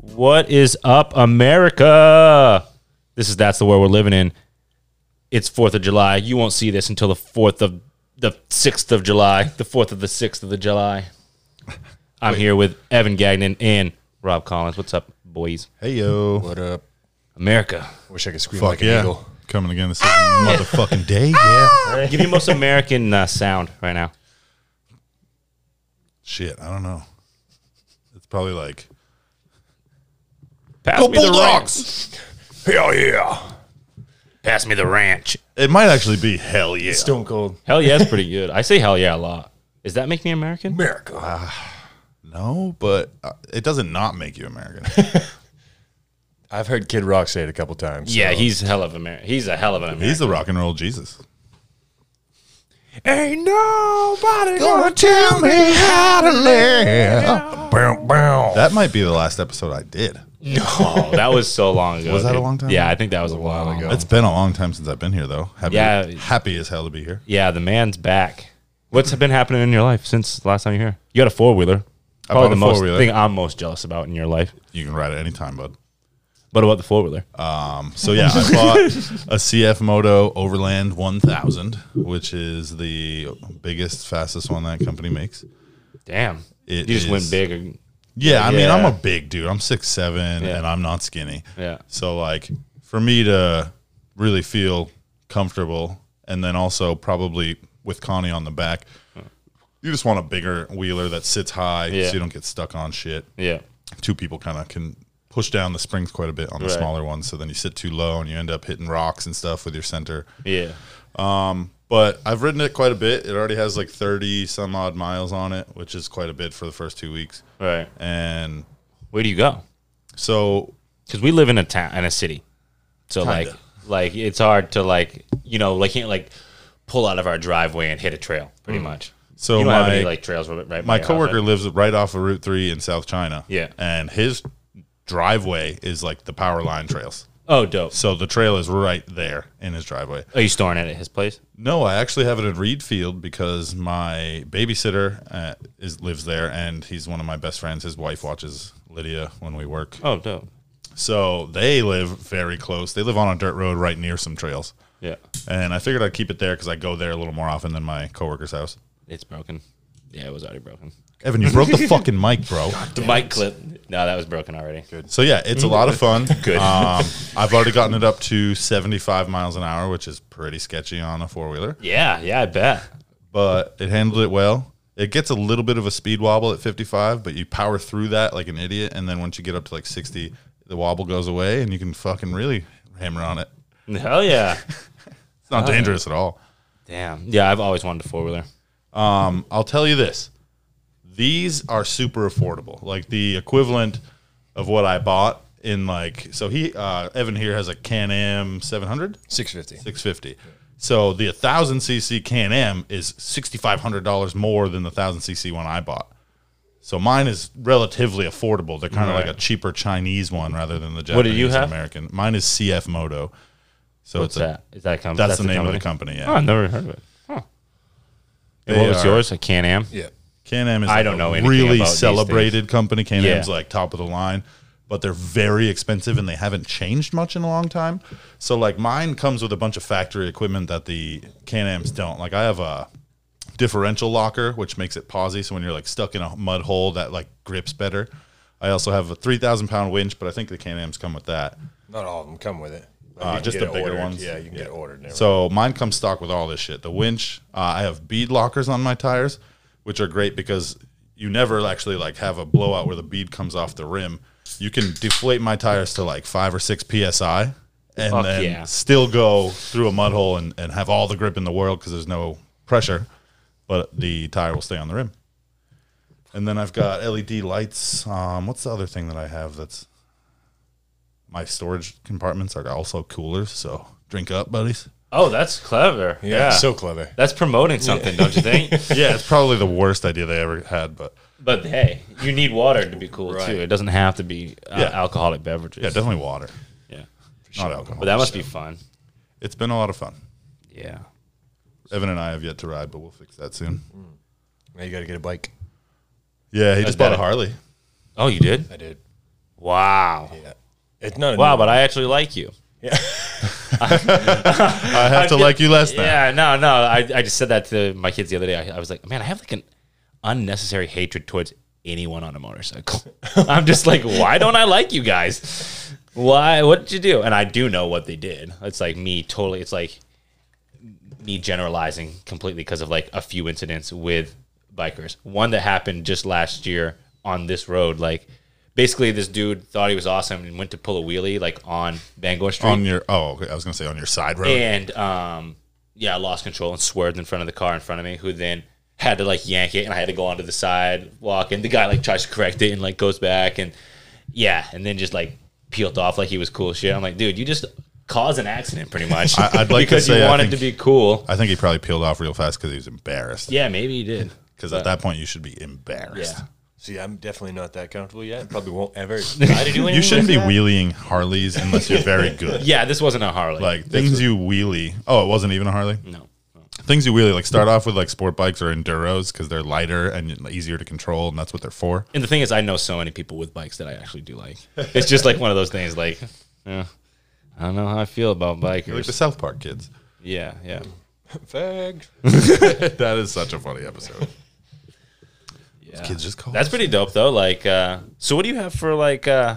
What is up, America? This is that's the world we're living in. It's Fourth of July. You won't see this until the fourth of the sixth of July. The fourth of the sixth of the July. I'm here with Evan Gagnon and Rob Collins. What's up, boys? Hey yo. What up? America. Wish I could scream Fuck like an yeah. eagle. Coming again this is motherfucking day. Yeah. Give me the most American uh, sound right now. Shit, I don't know. It's probably like Pass me the ranch. Hell yeah. Pass me the ranch. It might actually be hell yeah. Stone Cold Hell yeah, that's pretty good. I say hell yeah a lot. Does that make me American? America. no, but uh, it doesn't not make you American. I've heard Kid Rock say it a couple times. Yeah, so- he's hell of American. He's a hell of an American. He's the rock and roll Jesus. ain't nobody gonna tell me how to live. bow bow. That might be the last episode I did. No, that was so long ago. Was that a dude. long time Yeah, ago? I think that was a while ago. It's been a long time since I've been here though. Happy, Yeah. happy as hell to be here. Yeah, the man's back. What's been happening in your life since last time you were here? You got a four wheeler. Probably bought the a most four-wheeler. thing I'm most jealous about in your life. You can ride it anytime, bud. What about the four wheeler? Uh, So yeah, I bought a CF Moto Overland 1000, which is the biggest, fastest one that company makes. Damn, you it just went is- big. and- Yeah, I mean, Yeah. I'm a big dude. I'm six seven, Yeah. and I'm not skinny. Yeah. So like, for me to really feel comfortable, and then also probably with Connie on the back, you just want a bigger wheeler that sits high, Yeah. so you don't get stuck on shit. Yeah, Two people kind of can push down the springs quite a bit on the Right. smaller ones, so then you sit too low and you end up hitting rocks and stuff with your center. yeah. But I've ridden it quite a bit. It already has like thirty some odd miles on it, which is quite a bit for the first two weeks, Right. and. Where do you go? So Because we live in a town in a city, so Kinda. like like it's hard to like you know like can't like pull out of our driveway and hit a trail pretty much. Mm. So you don't have my- any like trails right. by your my house, right? coworker lives right off of Route Three in South China. Yeah. and his driveway is like the power line trails. Oh, dope. So the trail is right there in his driveway. Are you storing it at his place? No, I actually have it in Reed Field because my babysitter uh, is lives there, and he's one of my best friends. His wife watches Lydia when we work, Oh, dope. so they live very close. They live on a dirt road right near some trails, Yeah, and I figured I'd keep it there because I go there a little more often than my coworker's house. it's broken. Yeah, it was already broken. Evan, you broke the fucking mic, bro. The mic clip. No, that was broken already. So yeah, it's a lot of fun. Good. Um, I've already gotten it up to 75 miles an hour, which is pretty sketchy on a four wheeler, Yeah, yeah, I bet. but it handled it well. It gets a little bit of a speed wobble at 55, but you power through that like an idiot, and then once you get up to like 60, the wobble goes away, and you can fucking really hammer on it. Hell yeah. It's not dangerous at all. Damn. Yeah, I've always wanted a four wheeler. I'll tell you this. These are super affordable. Like the equivalent of what I bought in like so he uh Evan here has a Can Am 700. Six fifty. 650. So the 1000 cc Can Am is $6500 more than the 1000 cc one I bought. So mine is relatively affordable. They're kind of like Right. a cheaper Chinese one rather than the Japanese What do you and have? American. Mine is CF Moto. So What's it's a, that? Is that a company? that's, the, name of the company. Oh, Yeah. I've never heard of it. Huh. And They what was are- yours? A Can Am? Yeah. Can Am is I like don't a know anything really about these celebrated company. Can Yeah. Am's like top of the line, but they're very expensive and they haven't changed much in a long time. So like mine comes with a bunch of factory equipment that the Can Am's don't. Like I have a differential locker, which makes it posy. So when you're like stuck in a mud hole, that like grips better. I also have a 3,000 pound winch, but I think the Can Am's come with that. Not all of them come with it. Like, Uh, you can just get the it bigger ordered. ones. Yeah, you can get it ordered. and So mine comes stock with all this shit. The winch, uh, I have bead lockers on my tires, which are great because you never actually like have a blowout where the bead comes off the rim. You can deflate my tires to like five or six psi, and Fuck then yeah. still go through a mud hole and, and have all the grip in the world because there's no pressure, but the tire will stay on the rim. And then I've got LED lights. Um, what's the other thing that I have that's my storage compartments are also coolers, so drink up, buddies. Oh, that's clever. everything. Yeah, Yeah. so clever. that's promoting something, don't you think? yeah, it's probably the worst idea they ever had, but but hey, you need water to be cool Right. too. It doesn't have to be uh, Yeah. alcoholic beverages. yeah, definitely water, Yeah. not alcohol. But that must be fun. it's been a lot of fun. Yeah. Evan and I have yet to ride, but we'll fix that soon. Now you got to get a bike. Yeah, he just bet bought a it- Harley. Oh, you did? I did. Wow. It's not a Wow, but I actually like you. I have to like you less now. Yeah, no, no. I, I just said that to my kids the other day. I, I was like, man, I have like an unnecessary hatred towards anyone on a motorcycle. I'm just like, why don't I like you guys? Why? What did you do? And I do know what they did. It's like me totally. It's like me generalizing completely because of like a few incidents with bikers. One that happened just last year on this road, like. Basically, this dude thought he was awesome and went to pull a wheelie like on Bangor Street On your oh, okay, I was gonna say on your side road. and um, yeah, I lost control and swerved in front of the car in front of me, who then had to like yank it, and I had to go onto the sidewalk, and the guy like tries to correct it and like goes back, and yeah, and then just like peeled off like he was cool shit. I'm like, dude, you just caused an accident pretty much. I- I'd like to because say you I wanted to think- be cool. I think he probably peeled off real fast because he was embarrassed. Yeah, maybe you did. Because at that point you should be embarrassed. Yeah. See, I'm definitely not that comfortable yet. Probably won't ever try to do anything. You shouldn't be like that. wheeling Harleys unless you're very good. Yeah, this wasn't a Harley. Like things you wheelie. Oh, it wasn't even a Harley. no. Things you wheelie like start off with like sport bikes or enduros because they're lighter and easier to control, and that's what they're for. And the thing is, I know so many people with bikes that I actually do like. It's just like one of those things. Like, yeah, I don't know how I feel about You're like bikers. the South Park kids. Yeah, yeah. Fact. that is such a funny episode. yeah. Kids just call. That's us. pretty dope though. Like, uh, so what do you have for like, uh,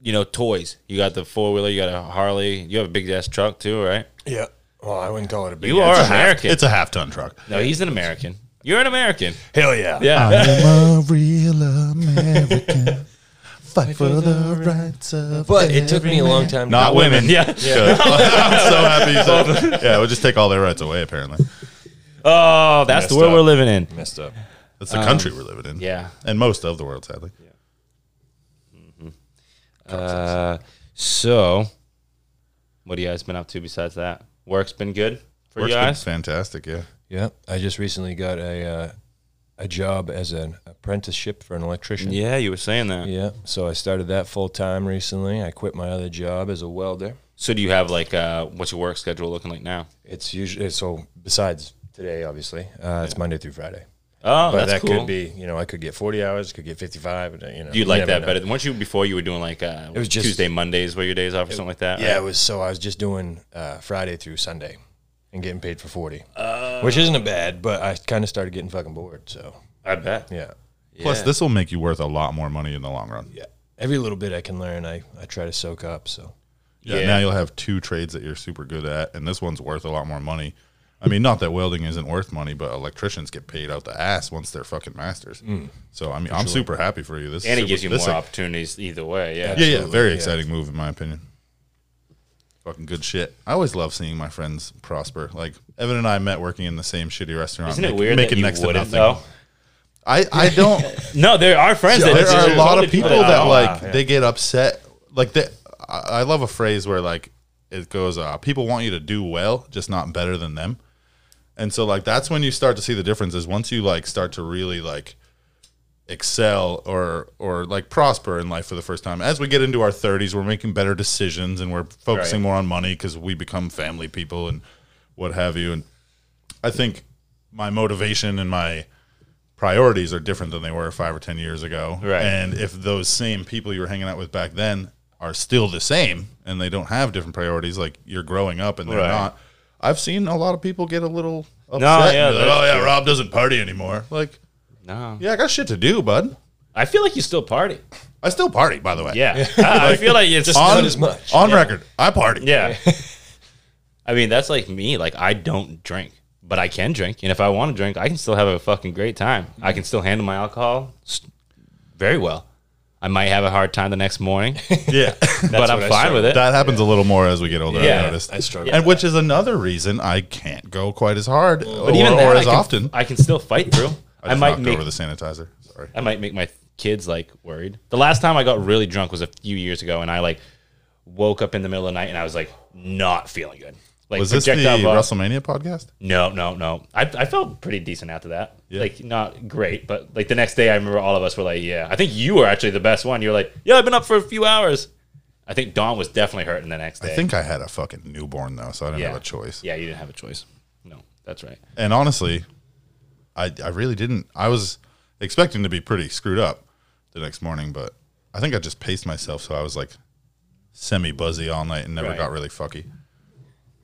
you know, toys? You got the four wheeler, you got a Harley, you have a big ass truck too, right? Yeah. Well, I wouldn't call it a big. You ass- are American. It's a half ton truck. no, he's an American. You're an American. Hell yeah. Yeah. I'm a real American. Fight for the rights of. But it took me a long time. Not women. yeah. Good. I'm so happy you said that. Yeah, we'll just take all their rights away, apparently. Oh, that's the Messed world up. we're living in. Messed up. That's the country we're living in. Um, Yeah. And most of the world, sadly. Uh, so, what you guys been up to besides that? Work's been good for Work's you been guys. fantastic, yeah. Yeah, I just recently got a uh, a job as an apprenticeship for an electrician. Yeah, you were saying that. Yeah, so I started that full time recently. I quit my other job as a welder. So, do you have like uh, what's your work schedule looking like now? It's usually so. Besides today, obviously, uh, it's Monday through Friday. Oh, but that's that cool. could be, you know, I could get forty hours, could get fifty-five. and, uh, You know, Do you like never that know. better? Weren't you before you were doing like uh, was just- Tuesday, Mondays were your days off or something like that? Yeah, it was. So I was just doing uh, Friday through Sunday, and getting paid for forty, Oh. which isn't a bad. But I kind of started getting fucking bored. So I bet. yeah, Plus, this will make you worth a lot more money in the long run. Yeah. every little bit I can learn, I I try to soak up. So Yeah. Now you'll have two trades that you're super good at, and this one's worth a lot more money. I mean, not that welding isn't worth money, but electricians get paid out the ass once they're fucking masters. So, I mean, I'm super happy for you. This is Mm. and it super- gives you this more like- opportunities either way. Yeah. Yeah, yeah, very yeah. exciting move in my opinion. Fucking good shit. I always love seeing my friends prosper. Like Evan and I met working in the same shitty restaurant. Isn't it make- weird that you wouldn't though? I I don't. No, there are friends. that there are a lot totally of people that that oh, are- like they get upset. Like they, I, I love a phrase where like it goes, uh, people want you to do well, just not better than them. And so like that's when you start to see the difference. Is once you like start to really like excel or or like prosper in life for the first time. As we get into our 30s, we're making better decisions and we're focusing Right. more on money because we become family people and what have you. And I think my motivation and my priorities are different than they were five or ten years ago. Right. And if those same people you were hanging out with back then are still the same and they don't have different priorities, like you're growing up and they're Right. not. I've seen a lot of people get a little upset. yeah, and be like, that's oh yeah, Rob doesn't party anymore. Like, No, yeah, I got shit to do, bud. I feel like you still party. I still party, by the way. Yeah, I I feel like it's just. On, Not as much. On record, I party. yeah, I mean that's like me. Like I don't drink, but I can drink, and if I want to drink, I can still have a fucking great time. I can still handle my alcohol s- very well. I might have a hard time the next morning, Yeah. but I'm what I fine with it. that happens a little more as we get older, Yeah. I noticed. I struggle. And which is another reason I can't go quite as hard or, but even or that, I as can- often. I can still fight through. I, just might knocked make over the sanitizer. Sorry. I might make my kids like worried. The last time I got really drunk was a few years ago, and I like woke up in the middle of the night and I was like not feeling good. Like Was this the projectile vom- WrestleMania podcast? No, no, no. I, I felt pretty decent after that. Yeah. Like not great, but like the next day, I remember all of us were like, "Yeah." I think you were actually the best one. You were like, "Yeah, I've been up for a few hours." I think Dawn was definitely hurting the next day. I think I had a fucking newborn though, so I didn't yeah. have a choice. Yeah, you didn't have a choice. No, that's right. And honestly, I I really didn't. I was expecting to be pretty screwed up the next morning, but I think I just paced myself, so I was like semi buzzy all night and never Right. got really fucky.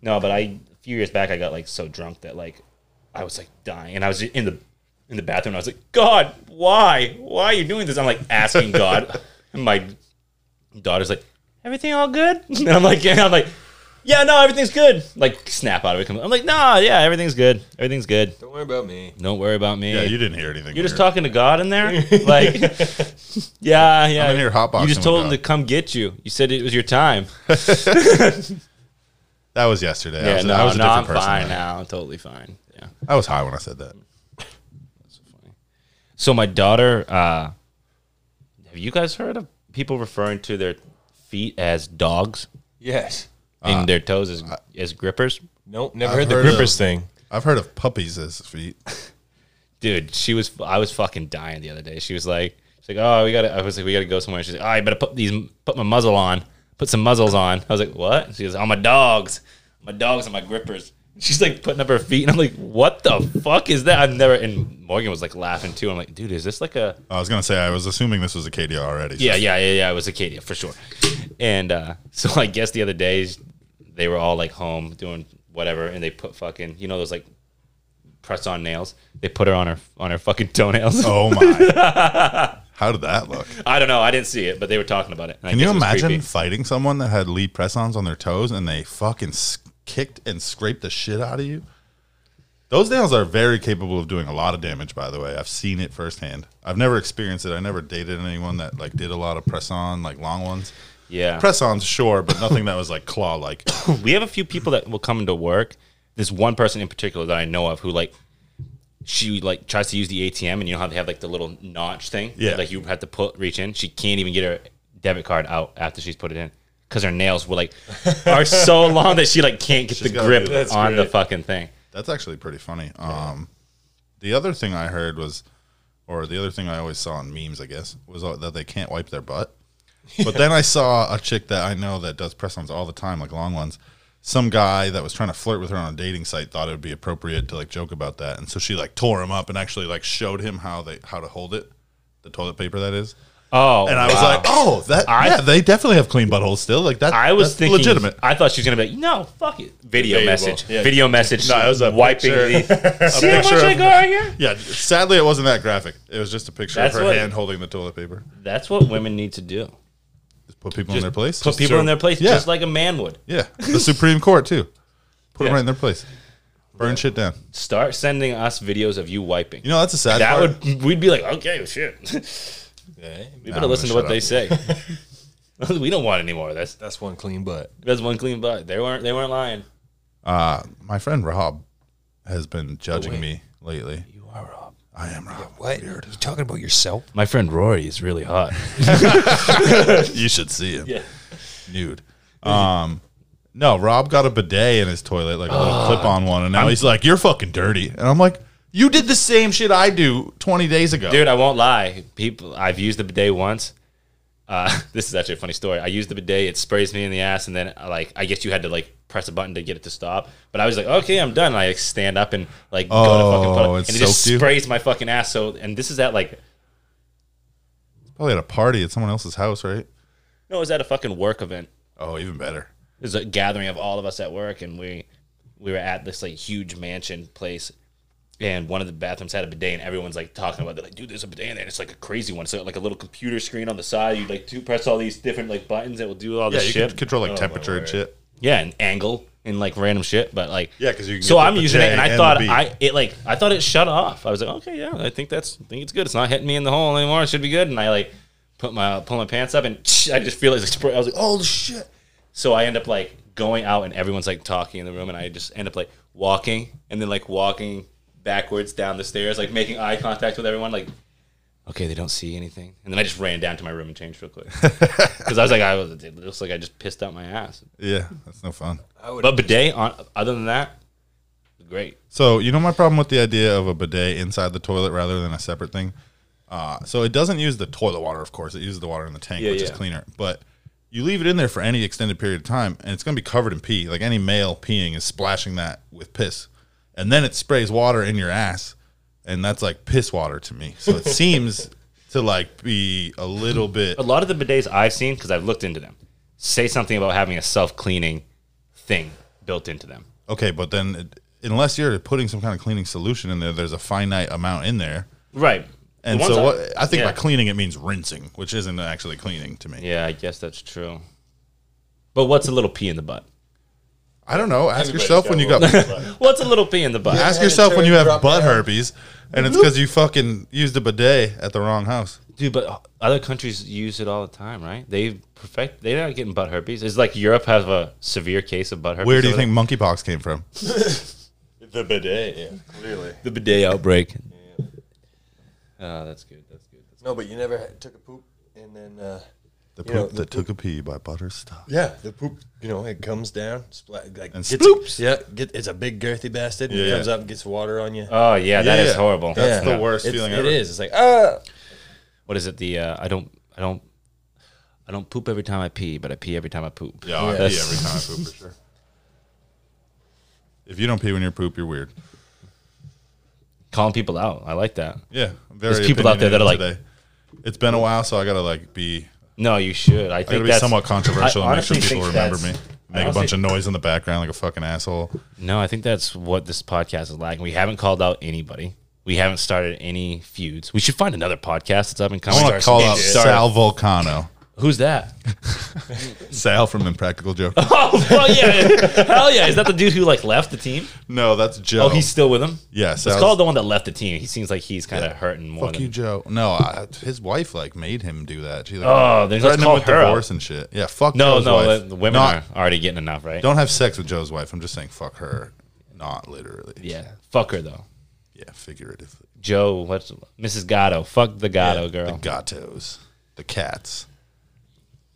No, but I a few years back I got like so drunk that like I was like dying, and I was in the in the bathroom. and I was like, God, why, why are you doing this? I'm like asking God, and my daughter's like, everything all good? And I'm like, yeah, I'm like, yeah, no, everything's good. Like snap out of it. I'm like, nah, yeah, everything's good, everything's good. Don't worry about me. Don't worry about me. Yeah, you you- didn't hear anything. are just weird. talking to God in there, like, yeah, yeah. I'm in here hotboxing You just told with him God. to come get you. You said it was your time. That was yesterday. I Yeah, was, no, I was a no, different I'm person. fine then. now. I'm totally fine. Yeah. I was high when I said that. So my daughter, uh, have you guys heard of people referring to their feet as dogs Yes. and their toes as as grippers? Nope. Never I've heard the heard of- grippers thing. I've heard of puppies as feet. Dude, she was I was fucking dying the other day. She was like, she's like, oh, we gotta. I was like, we gotta go somewhere. She's like, oh, I better put these put my muzzle on, put some muzzles on. I was like, what? She goes, oh, my dogs, my dogs and my grippers. She's like putting up her feet, and I'm like, what the fuck is that? I've never. And Morgan was like laughing too. I'm like, dude, is this like a I was gonna say I was assuming this was Acadia already. so- Yeah, yeah, yeah, yeah. It was Acadia for sure. And uh, so I guess the other days they were all like home doing whatever, and they put fucking you know those like press on nails. They put her on her on her fucking toenails. Oh my! How did that look? I don't know. I didn't see it, but they were talking about it. and I Can guess you it was imagine creepy. fighting someone that had lead press-ons on their toes and they fucking s- kicked and scraped the shit out of you? Those nails are very capable of doing a lot of damage. By the way, I've seen it firsthand. I've never experienced it. I never dated anyone that like did a lot of press-on, like long ones. Yeah, Press-ons, sure, but nothing that was like claw-like. we have a few people that will come into work. This one person in particular that I know of who like she like tries to use the ATM and you know how they have like the little notch thing. Yeah. Like you have to put reach in. She can't even get her debit card out after she's put it in because her nails were like are so long that she like can't get the gotta grip do that. That's on the great. fucking thing. That's actually pretty funny. Um, the other thing I heard was, or the other thing I always saw in memes, I guess, was uh, that they can't wipe their butt. But then I saw a chick that I know that does press ons all the time, like long ones. Some guy that was trying to flirt with her on a dating site thought it would be appropriate to like joke about that, and so she like tore him up and actually like showed him how they how to hold it, the toilet paper that is. Oh, And I was wow. like, oh, that I- yeah, they definitely have clean buttholes still. Like that, I was that's thinking legitimate. I thought she was gonna be like, no, fuck it. Video Debatable. message. Yeah. Video message. No, it was a wiping picture- the. See how much picture I of- got here. Yeah, sadly, it wasn't that graphic. It was just a picture That's of her what- hand holding the toilet paper. That's what women need to do. Just put people in their place. Put people in their place, Yeah. just like a man would. yeah, the Supreme Court too. Put them Yeah. right in their place. Burn shit down. Start sending us videos of you wiping. You know that's a sad. that part. would we'd be like, okay, well, shit. we Yeah. I'm better gonna listen to shut what they up. say. we don't want any more of this. That's one clean butt. That's one clean butt. They weren't. They weren't lying. Uh, my friend Rob has been judging me lately. You are Rob. I am Rob. What? Weird. You talking about yourself? My friend Rory is really hot. you should see him yeah. nude. Um, no, Rob got a bidet in his toilet, like a little clip-on one, and now he's like, "You're fucking dirty," and I'm like. You did the same shit I do 20 days ago. Dude, I won't lie. People, I've used the bidet once. Uh, this is actually a funny story. I used the bidet. It sprays me in the ass, and then uh, like I guess you had to like press a button to get it to stop. But I was like, okay, I'm done. And I like, stand up and like go to fucking Oh, put it and it just soaked you? sprays my fucking ass. So, and this is at like Probably at a party at someone else's house, right? no, it was at a fucking work event. Oh, even better. It was a gathering of all of us at work, and we we were at this like huge mansion place, and one of the bathrooms had a bidet, and everyone's like talking about. it. They're like, "Dude, there's a bidet in there." It's like a crazy one. It's like, like a little computer screen on the side. You like to press all these different like buttons that will do all Yeah, this you shit. Oh, can control like temperature and shit. yeah, and angle and like random shit, but like Yeah, 'cause you can so get the I'm using it, bidet and and I the thought bead. I it like I thought it shut off. I was like, okay, yeah, I think that's I think it's good. It's not hitting me in the hole anymore. It should be good. And I like put my pull my pants up, and I just feel like I was like, oh shit. So I end up like going out, and everyone's like talking in the room, and I just end up like walking, and then like walking backwards down the stairs, like making eye contact with everyone, like. Okay, they don't see anything, and then I just ran down to my room and changed real quick because I was like, I was it looks like I just pissed out my ass. Yeah, that's no fun. I would. But bidet, on, other than that, great. So you know my problem with the idea of a bidet inside the toilet rather than a separate thing. Uh, so it doesn't use the toilet water, of course. It uses the water in the tank, Yeah, which is yeah. cleaner. But you leave it in there for any extended period of time, and it's going to be covered in pee. Like any male peeing is splashing that with piss, and then it sprays water in your ass, and that's like piss water to me. So it seems to like be a little bit. a lot of the bidets I've seen because I've looked into them say something about having a self cleaning thing built into them. Okay, but then it, unless you're putting some kind of cleaning solution in there, there's a finite amount in there. Right. And The ones so I- what, I think yeah. by cleaning it means rinsing, which isn't actually cleaning to me. Yeah, I guess that's true. But what's a little pee in the butt? I don't know. Ask yourself when you got What's a little pee in the butt? ask had a yourself when turd you have drop butt down. herpes, and it's because you fucking used a bidet at the wrong house. Dude, but other countries use it all the time, right? They perfect. They're not getting butt herpes. It's like Europe has a severe case of butt herpes. Where do you over there. think monkeypox came from? The bidet, yeah, clearly. the bidet outbreak? Oh, that's good. That's good. No, but you never had- took a poop and then. Uh, The poop You know, the that took a pee by Butterstop. yeah, the poop. You know, it comes down, splat, like And gets- sploops. Yeah, get, it's a big girthy bastard. And Yeah, it yeah. comes up and gets water on you. Oh yeah, that Yeah, is yeah. horrible. That's the Yeah. worst it's, feeling it ever. is. It's like ah. What is it? The uh, I don't I don't I don't poop every time I pee, but I pee every time I poop. Yeah, I pee That's- every time I poop for sure. If you don't pee when you poop, you're weird. Calling people out, I like that. Yeah, I'm very There's people out there that are opinionated today. it's been a while, so I gotta like be. No, you should. I I think gotta be that's somewhat controversial I and make sure honestly people think remember me. that's- I Make a bunch honestly- of noise in the background like a fucking asshole. No, I think that's what this podcast is lacking. We haven't called out anybody. We haven't started any feuds. We should find another podcast that's up and I coming. want to call out Start- Sal Volcano. Who's that? Sal from Impractical Joke. Oh, well, yeah. Hell yeah. Is that the dude who like left the team? No, that's Joe. Oh, he's still with him? yeah. Let's Sal's, call the one that left the team. He seems like he's kind of hurting more fuck than you, Joe. No, I, his wife like made him do that. She like Oh, then let's threatened him call with her out. divorce and shit. Yeah, fuck No, Joe's no, wife. the- the women Not- are already getting enough, right? Don't have sex with Joe's wife. I'm just saying, fuck her. Not literally. Yeah. Fuck her though. Yeah, figuratively. Joe, what's Mrs. Gatto? Fuck the Gatto Yeah, girl. The gatos. The cats.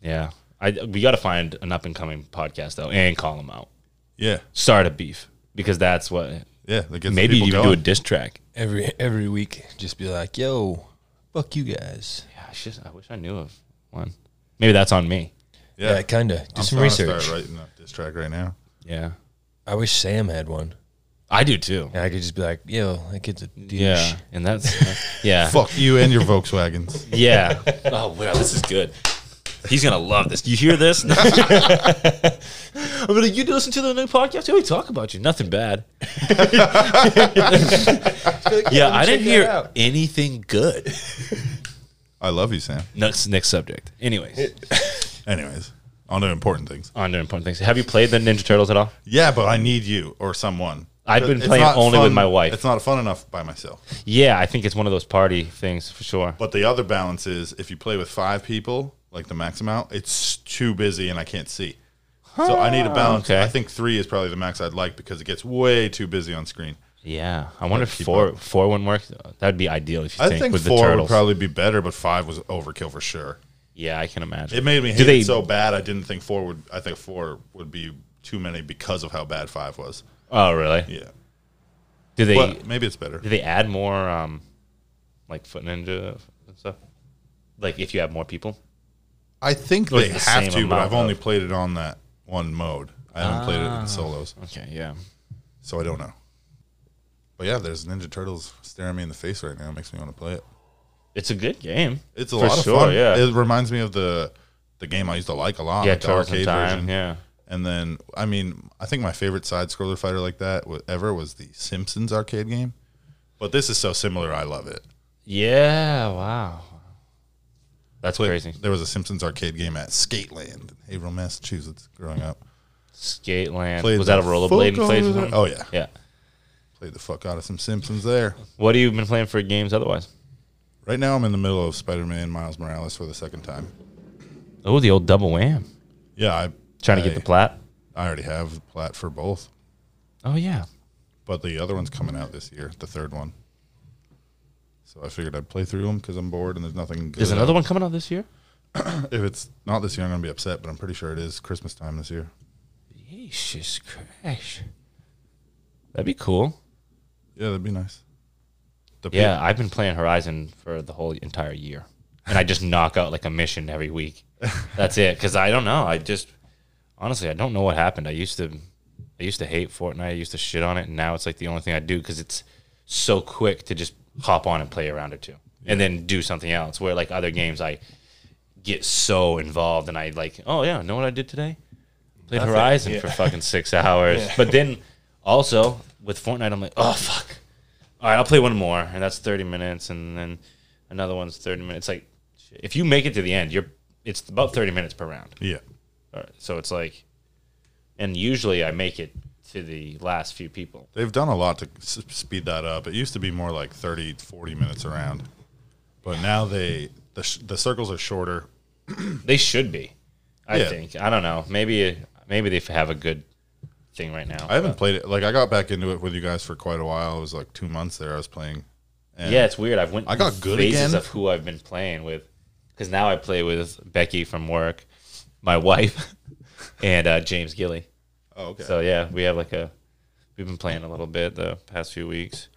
yeah. I, we got to find an up and coming podcast though and call him out. Yeah. Start a beef because that's what Yeah. That gets maybe people even do a going. diss track. Every every week, just be like, yo, fuck you guys. Yeah, I, should, I wish I knew of one. Maybe that's on me. Yeah. Yeah, kinda. Do I'm some starting to research. Start writing that diss track right now. Yeah. I wish Sam had one, I do too. and I could just be like, yo, that kid's a douche. Yeah. And that's, yeah. Fuck you and your Volkswagens. Yeah. oh wow, this is good. He's gonna love this. You hear this? I mean, you listen to the new podcast. Yeah, we talk about you. Nothing bad. yeah, I didn't check that hear out. anything good. I love you, Sam. Next, next subject. Anyways, Anyways, on to important things. on to important things. Have you played the Ninja Turtles at all? Yeah, but I need you or someone. I've been It's playing not only with fun- my wife. It's not fun enough by myself. Yeah, I think it's one of those party things for sure. But the other balance is if you play with five people, like the max amount, it's too busy and I can't see. So I need a balance. Okay. I think three is probably the max I'd like because it gets way too busy on screen. Yeah, I wonder if keep four four one works. That'd be ideal if you I think, think with the four would turtles. probably be better, but five was overkill for sure. yeah, I can imagine. It made me Do hate they- it so bad. I didn't think four would. I think four would be too many because of how bad five was. oh, really? Yeah, Do they? but maybe it's better. Do they add more um like foot ninja and stuff? Like if you have more people? I think Or they it's the have same to, but amount I've only of- played it on that one mode. I haven't played it in solos, Okay, yeah. so I don't know. But yeah, there's Ninja Turtles staring me in the face right now. It makes me want to play it. It's a good game. It's a For lot of sure, fun. yeah. It reminds me of the the game I used to like a lot. yeah, like the Turtles in arcade Time. version. Yeah. And then, I mean, I think my favorite side scroller fighter like that wa- ever was the Simpsons arcade game. But this is so similar. I love it. Yeah, wow. That's crazy. There was a Simpsons arcade game at Skateland in Haverhill, Massachusetts, growing up. Skateland. Played Was that a the rollerblade fuck and plays out or of that- something? Oh, yeah. Yeah. Played the fuck out of some Simpsons there. What have you been playing for games otherwise? Right now, I'm in the middle of Spider Man Miles Morales for the second time. Oh, the old double wham. Yeah, I Trying to I- get the plat. I already have the plat for both, Oh yeah. but the other one's coming out this year, the third one. So I figured I'd play through them because I'm bored and there's nothing. Good Is another one coming out this year? one? If it's not this year, I'm gonna be upset, but I'm pretty sure it is Christmas time this year. Jesus Christ. That'd be cool. Yeah, that'd be nice. The pe- Yeah, I've been playing Horizon for the whole entire year, and I just knock out like a mission every week. That's it, because I don't know. I just honestly, I don't know what happened. I used to, I used to hate Fortnite. I used to shit on it, and now it's like the only thing I do because it's so quick to just hop on and play a round or two. and then do something else. Where like other games, I get so involved and I like, oh yeah, know what I did today? Played Horizon for fucking six hours. But then also with Fortnite, I'm like, oh fuck. All right, I'll play one more, and that's 30 minutes, and then another one's 30 minutes. It's like shit. if you make it to the end, you're it's about 30 minutes per round. Yeah. All right, so it's like, and usually I make it to the last few people. They've done a lot to s- speed that up. It used to be more like 30, 40 minutes around. But now they the, sh- the circles are shorter. They should be, I Yeah. think. I don't know. Maybe maybe they have a good thing right now. I haven't played it. Like I got back into it with you guys for quite a while. It was like 2 months there I was playing. And yeah, it's weird. I've went I got through good phases again. of who I've been playing with, because now I play with Becky from work, my wife, and uh, James Gilly. Oh, okay. So yeah, we have like a we've been playing a little bit the past few weeks.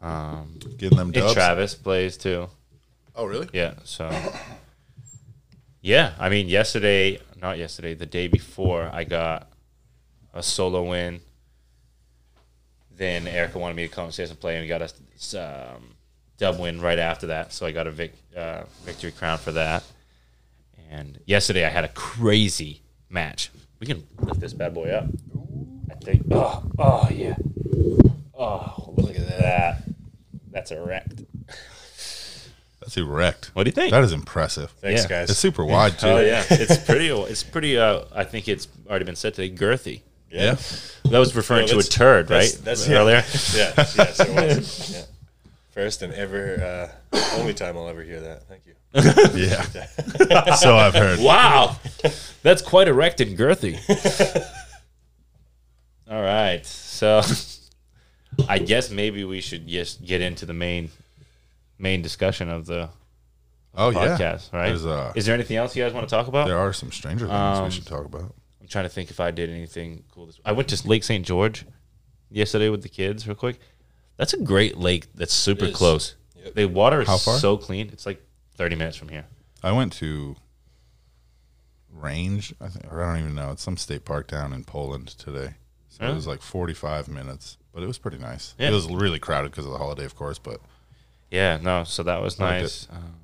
Um, Getting them and dubs. Travis plays too. oh, really? Yeah. So. Yeah, I mean, yesterday, not yesterday, the day before, I got a solo win. Then Erica wanted me to come upstairs and play, and we got a um, dub win right after that. So I got a vic- uh, victory crown for that. And yesterday, I had a crazy match. We can lift this bad boy up. I think. Oh, oh yeah. Oh, look at that. That's erect. That's erect. What do you think? That is impressive. Thanks, Yeah. It's guys. super wide too. Oh yeah, it's pretty. It's pretty. Uh, I think it's already been said today. Girthy. Yeah. That was referring No, to a that's- turd, right? that's- that's- yeah. earlier. yeah, yes, it was. Yeah. First and ever, uh, only time I'll ever hear that. Thank you. Yeah. so I've heard. Wow, that's quite erect and girthy. All right, so I guess maybe we should just get into the main main discussion of the Oh yeah. podcast, right? There's, uh, Is there anything else you guys want to talk about? There are some stranger things we should talk about. I'm trying to think if I did anything cool. This I went to Lake St. George yesterday with the kids, real quick. That's a great lake. That's super It is. close. The water is How far? so clean. It's like 30 minutes from here. I went to Range, I think, or I don't even know. It's some state park down in Poland today. So it Really? was like 45 minutes, but it was pretty nice. Yeah. It was really crowded because of the holiday, of course, but Yeah, no. So that was liked nice. Um,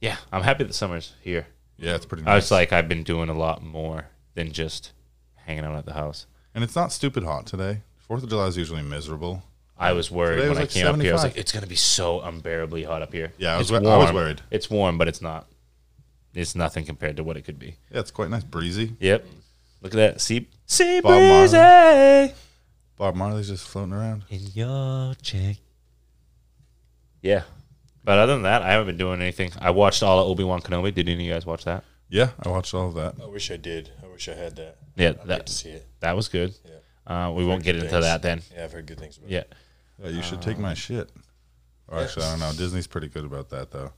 yeah, I'm happy that summer's here. yeah, it's pretty I nice. was like, I've been doing a lot more than just hanging out at the house. and it's not stupid hot today. Fourth of July is usually miserable. I was worried Today when was I like came up here. I was 75. like, it's gonna be so unbearably hot up here. Yeah, I It's was wa- I was warm. worried. It's warm, but it's not. It's nothing compared to what it could be. Yeah, it's quite nice. Breezy. Yep. Look at that. Sea, sea Bob Marley. breezy Bob Marley's just floating around. in your check. Yeah. But other than that, I haven't been doing anything. I watched all of Obi Wan Kenobi. Did any of you guys watch that? Yeah, I watched all of that. I wish I did. I wish I had that. Yeah, I'd like to that see it. that was good. Uh, we won't get into Thanks. that then. Yeah, I've heard good things about it. Yeah. Yeah, you should take Uh, my shit. Or actually, I don't know. Disney's pretty good about that, though.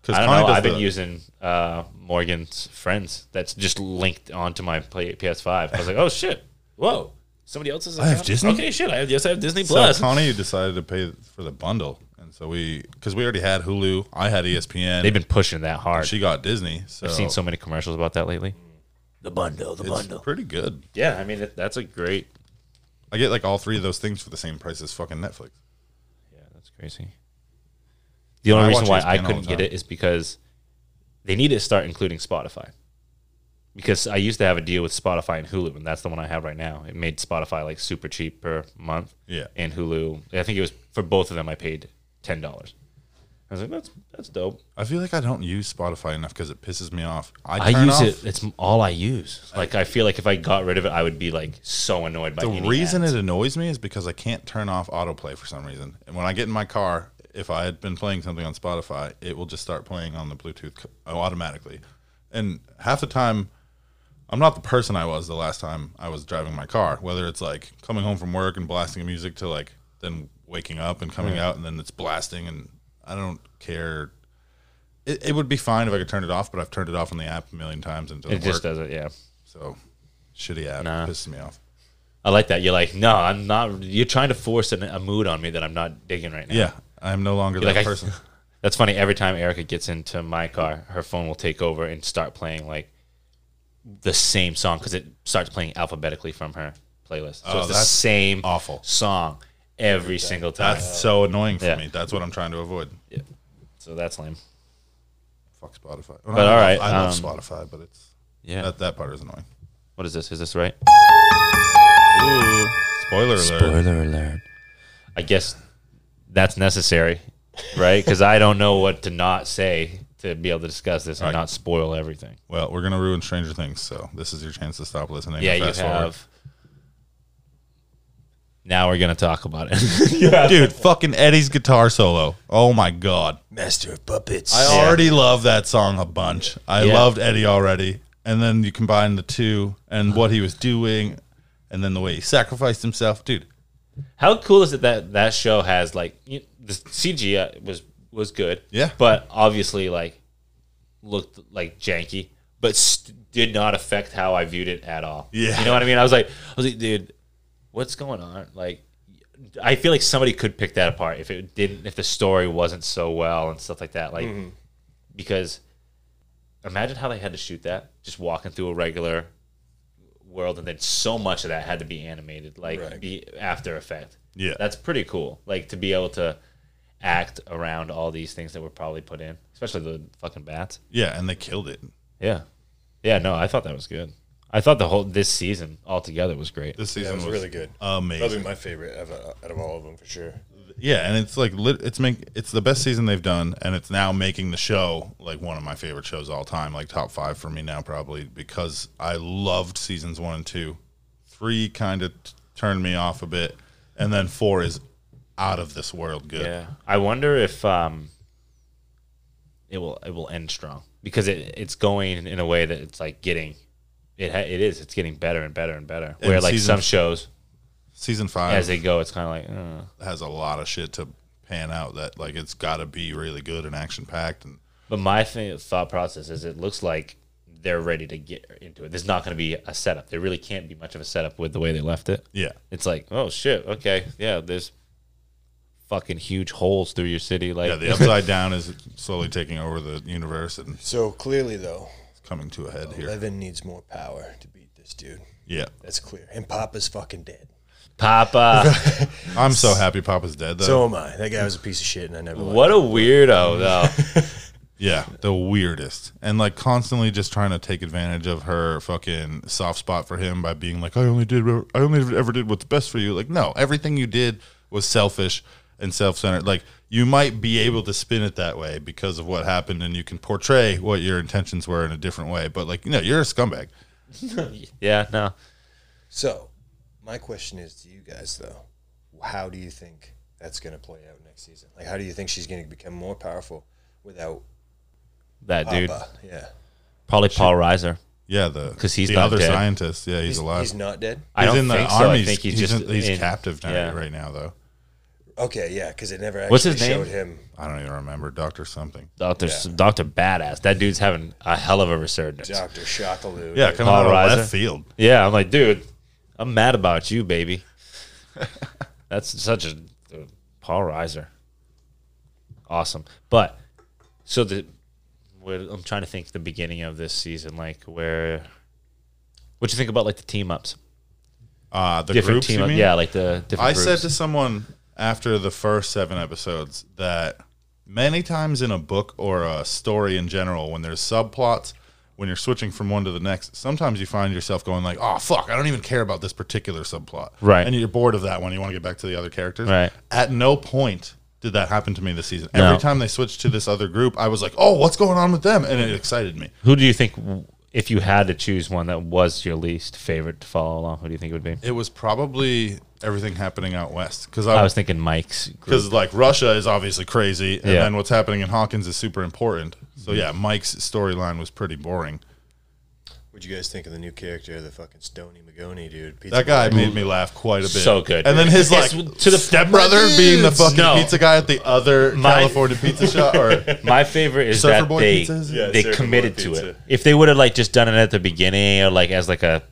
Because I don't know. I've been using uh, Morgan's friends. That's just linked onto my play, PS5. I was like, oh shit, whoa, somebody else's. I have Disney? Okay, shit. I have, yes, I have Disney So Plus. Connie decided to pay for the bundle, and so we because we already had Hulu, I had E ESPN. They've been pushing that hard. she got Disney, so I've seen so many commercials about that lately. The bundle, the it's pretty good. Yeah, I mean that- that's a great. I get like all three of those things for the same price as fucking Netflix. Yeah, that's crazy. The only I reason why watch I ESPN all couldn't the get time. it is because they need to start including Spotify. Because I used to have a deal with Spotify and Hulu, and that's the one I have right now. It made Spotify like super cheap per month. Yeah. And Hulu, I think it was for both of them. I paid ten dollars. I was like, that's that's dope. I feel like I don't use Spotify enough because it pisses me off. I, I turn use off, it. It's all I use. Like I feel like if I got rid of it, I would be like so annoyed by The any reason ads. it annoys me is because I can't turn off autoplay for some reason. And when I get in my car, if I had been playing something on Spotify, it will just start playing on the Bluetooth c- automatically. And half the time, I'm not the person I was the last time I was driving my car. Whether it's like coming home from work and blasting music to like then waking up and coming out and then it's blasting and I don't care. It, it would be fine if I could turn it off, but I've turned it off on the app a million times and it it doesn't just work. doesn't. Yeah. So shitty app Nah. pisses me off. I like that. You're like, no, I'm not. You're trying to force an, a mood on me that I'm not digging right now. Yeah, I'm no longer You're that like, I- person. That's funny. Every time Erica gets into my car, her phone will take over and start playing like the same song because it starts playing alphabetically from her playlist. So Oh, it's the that's same awful. song every single time. That's so annoying for Yeah. me. That's what I'm trying to avoid. yeah. So that's lame. Fuck Spotify. But all right, I um, love Spotify, but it's Yeah. that, that part is annoying. what is this? Is this right? Ooh, spoiler alert. Spoiler alert. I guess that's necessary, right? Because I don't know what to not say to be able to discuss this and Right. not spoil everything. Well, we're gonna ruin Stranger Things, so this is your chance to stop listening. yeah, and you have. fast forward. Now we're gonna talk about it. dude. Fucking Eddie's guitar solo. Oh my god. Master of puppets. I already love that song a bunch. I Yeah. loved Eddie already, and then you combine the two and what he was doing, and then the way he sacrificed himself, dude. How cool is it that that show has like you, the CG was was good, Yeah. but obviously like looked like janky, but st- did not affect how I viewed it at all. Yeah. you know what I mean. I was like, I was like, dude, what's going on? Like, I feel like somebody could pick that apart if it didn't, if the story wasn't so well and stuff like that. Like, because imagine how they had to shoot that just walking through a regular world and then so much of that had to be animated like be after effect Yeah. that's pretty cool like to be able to act around all these things that were probably put in especially the fucking bats Yeah, and they killed it. yeah yeah no i thought that was good i thought the whole this season altogether was great This That season was was really good. Probably amazing. my favorite of, uh, out of all of them for sure. Yeah, and it's like lit, it's make it's the best season they've done, and it's now making the show like one of my favorite shows all time, like top five for me now probably because I loved seasons one and two, three kind of t- turned me off a bit, and then four is out of this world good. Yeah, I wonder if um, it will it will end strong because it it's going in a way that it's like getting it ha- it is it's getting better and better and better. And Where like season- some shows Season five as they go, it's kind of like uh, has a lot of shit to pan out that like it's got to be really good and action packed and But my th- thought process is it looks like they're ready to get into it. There's not going to be a setup. There really can't be much of a setup with the way they left it. yeah It's like, oh shit, okay, yeah, there's fucking huge holes through your city. Like, yeah the upside down is slowly taking over the universe and it's so clearly though, coming to a head here Levin needs more power to beat this dude. yeah That's clear. And Papa's fucking dead. Papa, i'm so happy papa's dead though So am I. That guy was a piece of shit, and I never. liked what a weirdo though. yeah the weirdest and like constantly just trying to take advantage of her fucking soft spot for him by being like i only did i only ever did what's best for you like no everything you did was selfish and self-centered like you might be able to spin it that way because of what happened and you can portray what your intentions were in a different way but like no you're a scumbag yeah, no. So, my question is to you guys though, how do you think that's going to play out next season? Like, how do you think she's going to become more powerful without That dude, Papa? Yeah, probably Paul Reiser. Yeah, the 'Cause he's the not other dead. scientist. Yeah, he's, alive. He's not dead. I He's don't in the think so. army. I think he's, just in- he's in- captive now, yeah. right now, though. Okay, yeah, because it never actually What's his name? showed him. I don't even remember Doctor something. Doctor Doctor Badass. That dude's having a hell of a resurgence. Doctor Shockaloo. Yeah, coming Paul out of Reiser? left field. Yeah, I'm like, dude, I'm mad about you, baby. That's such a uh, Paul Reiser. Awesome. But so the where, I'm trying to think the beginning of this season, like where what you think about like the team ups, Uh, the different groups, team you up, mean? yeah, like the different. I said groups. to someone after the first seven episodes that many times in a book or a story in general, when there's subplots, when you're switching from one to the next, sometimes you find yourself going like, "Oh fuck, I don't even care about this particular subplot," Right. And you're bored of that one. You want to get back to the other characters, Right. At no point did that happen to me this season. No. Every time they switched to this other group, I was like, "Oh, what's going on with them?" And it excited me. who do you think if you had to choose one that was your least favorite to follow along? Who do you think it would be? It was probably everything happening out west because I was thinking Mike's group. because like Russia is obviously crazy, and Yeah. then what's happening in Hawkins is super important. So yeah, Mike's storyline was pretty boring. What'd you guys think of the new character, the fucking Stony Magoni dude? Pizza That guy Boy? made me laugh quite a bit. So good. And then his It's like to to the- the stepbrother being the fucking No. pizza guy at the other My- California pizza shop, or My favorite is Surfer that Boy they pizza, is it? Yeah, they Surfer Boy committed to pizza. it. If they would have like just done it at the beginning or like as like a,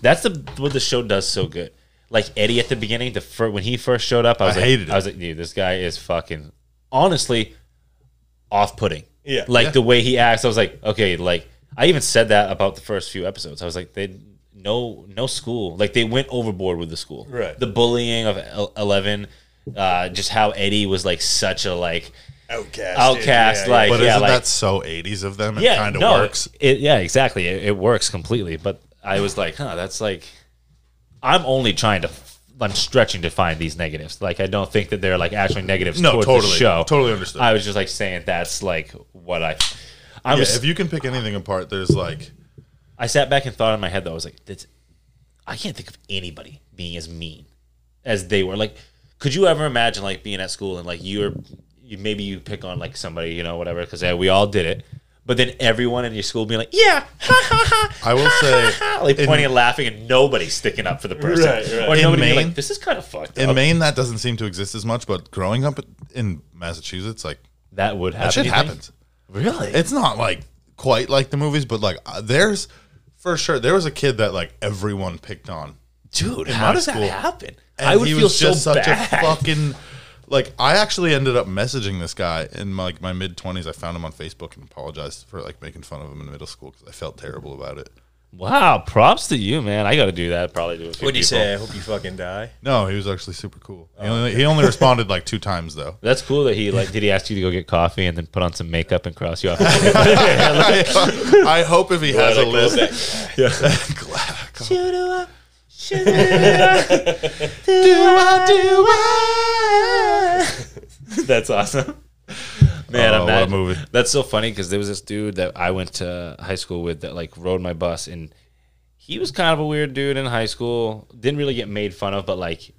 that's the what the show does so good. Like Eddie at the beginning, the fir- when he first showed up, I was I like, hated it. I was like, dude, this guy is fucking honestly off-putting. Yeah. like the way he acts, I was like, okay, like I even said that about the first few episodes. I was like, they no no school. Like they went overboard with the school. Right. The bullying of El- Eleven, uh, just how Eddie was like such a like Outcast. outcast. yeah, like But yeah, isn't like that so 80s of them? It yeah, kind of no, works. It, yeah, exactly. It, it works completely. But I was like, huh, that's like, I'm only trying to. I'm stretching to find these negatives. Like, I don't think that they're like actually negatives. No, towards totally. The show Totally understood. I was just like saying that's like what I. I Yeah, was. if you can pick anything apart, there's like I sat back and thought in my head though. I was like, that's, I can't think of anybody being as mean as they were. Like, could you ever imagine like being at school and like you're, you maybe you pick on like somebody, you know, whatever, because we all did it. But then everyone in your school being like, yeah, ha ha ha. I will ha, say, ha, ha," like in- pointing and laughing, and nobody sticking up for the person, Right, right. or In nobody being Maine- like, this is kind of fucked in up. Maine that doesn't seem to exist as much, but growing up in Massachusetts, like that would happen. that shit you think? happens. Really? It's not like quite like the movies, but like uh, there's for sure there was a kid that like everyone picked on. Dude, in how my does school. that happen? And I would he feel was so just such bad. a fucking like I actually ended up messaging this guy in my, like my mid twenties. I found him on Facebook and apologized for like making fun of him in middle school because I felt terrible about it. wow, props to you, man. I got to do that. Probably do it. What'd you say? I hope you fucking die. No, he was actually super cool. Oh, He only, he only responded like two times though. That's cool that he like. Did he ask you to go get coffee and then put on some makeup and cross you off? I hope if he has a list. That's awesome. Man, Oh, what a imagine- movie. That's so funny because there was this dude that I went to high school with that like rode my bus, and he was kind of a weird dude in high school. Didn't really get made fun of, but like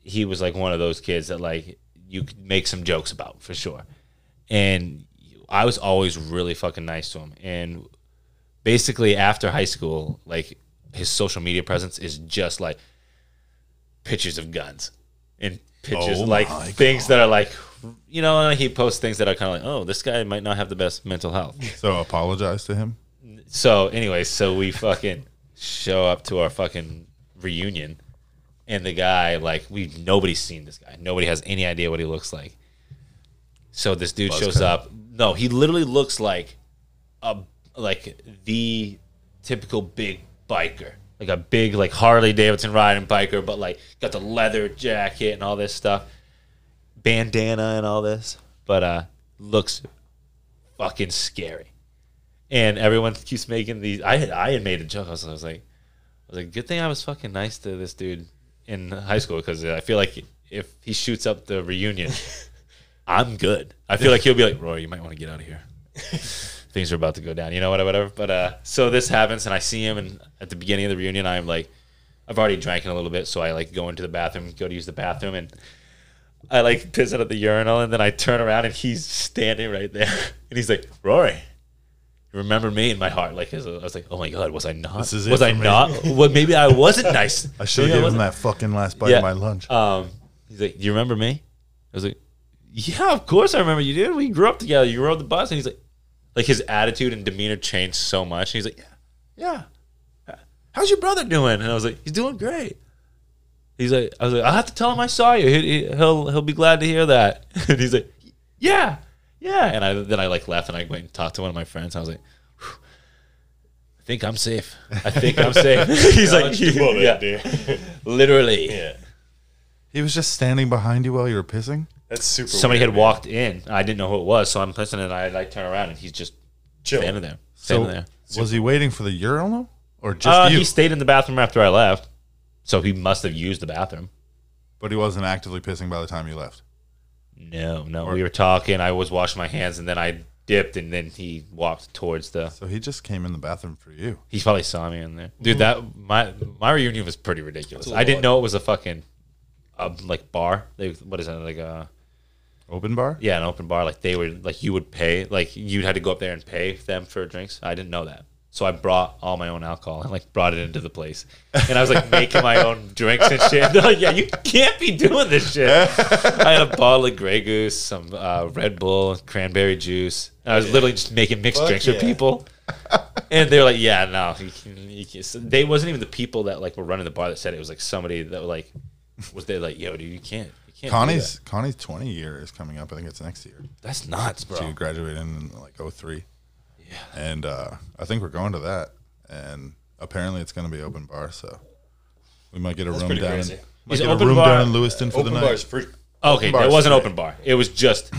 he was like one of those kids that like you could make some jokes about for sure. And I was always really fucking nice to him. And basically after high school, like his social media presence is just like pictures of guns and pictures Oh like my things that are like you know he posts things that are kind of like oh this guy might not have the best mental health So apologize to him. so anyway, so we fucking show up to our fucking reunion, and the guy like we nobody's seen this guy. Nobody has any idea what he looks like. So this dude Buzz shows cut. up. No, he literally looks like a like the typical big biker, like a big like Harley Davidson riding biker, but like got the leather jacket and all this stuff, bandana and all this, but uh looks fucking scary and everyone keeps making these. I had I had made a joke. I was, I was like, I was like, good thing I was fucking nice to this dude in high school because I feel like if he shoots up the reunion, I'm good. I feel like he'll be like, Roy, you might want to get out of here. Things are about to go down, you know, whatever, whatever. But uh, so this happens, and I see him, and at the beginning of the reunion, I'm like, I've already drank in a little bit, so I like go into the bathroom, go to use the bathroom, and I like piss out at the urinal, and then I turn around, and he's standing right there, and he's like, Rory remember me in my heart. Like I was like, oh my god, was I not? This is it was for I me. not? Well, maybe I wasn't nice. I should Maybe have given wasn't- him that fucking last bite Yeah. of my lunch. Um, he's like, do you remember me? I was like, yeah, of course I remember you, dude. We grew up together. You rode the bus, and he's like, like his attitude and demeanor changed so much. And he's like, yeah, yeah. How's your brother doing? And I was like, he's doing great. He's like, I was like, I'll have to tell him I saw you. He, he, he'll he'll be glad to hear that. And he's like, yeah, yeah. And I then I like left and I went and talked to one of my friends. I was like, "Whew, I think I'm safe. I think I'm safe. he's like, yeah, literally. Yeah. he was just standing behind you while you were pissing. That's super. somebody weird, had man. walked in. I didn't know who it was, so I'm listening, and I like turn around, and he's just Chill. standing there, So standing there. was he waiting for the urinal or just Uh, you? he stayed in the bathroom after I left, so he must have used the bathroom. but he wasn't actively pissing by the time you left. No, no, we were talking. I was washing my hands, and then I dipped, and then he walked towards the. So he just came in the bathroom for you. He probably saw me in there, dude. That my my reunion was pretty ridiculous. I didn't know it was a fucking, uh, like bar. They, what is that like uh Open bar? Yeah, an open bar. Like they were like you would pay, like you had to go up there and pay them for drinks. I didn't know that. So I brought all my own alcohol and like brought it into the place. And I was like making my own drinks and shit. They're like, yeah, you can't be doing this shit. I had a bottle of Grey Goose, some uh, Red Bull, cranberry juice. And I was literally just making mixed Fuck drinks with yeah. people. And they were like, yeah, no. You can, you can. So they wasn't even the people that like were running the bar that said it. It was like somebody that like was there like, yo, dude, you can't. You can't do Connie's Connie's 20 year is coming up. I think it's next year. that. That's nuts, bro. She oh graduated in like 03. Yeah. And uh, I think we're going to that. And apparently it's going to be open bar, so we might get a room pretty down. crazy. In, might Is get a open room bar- down in Lewiston for Open the bar night. is pretty. Okay, bar it is wasn't great. open bar. It was just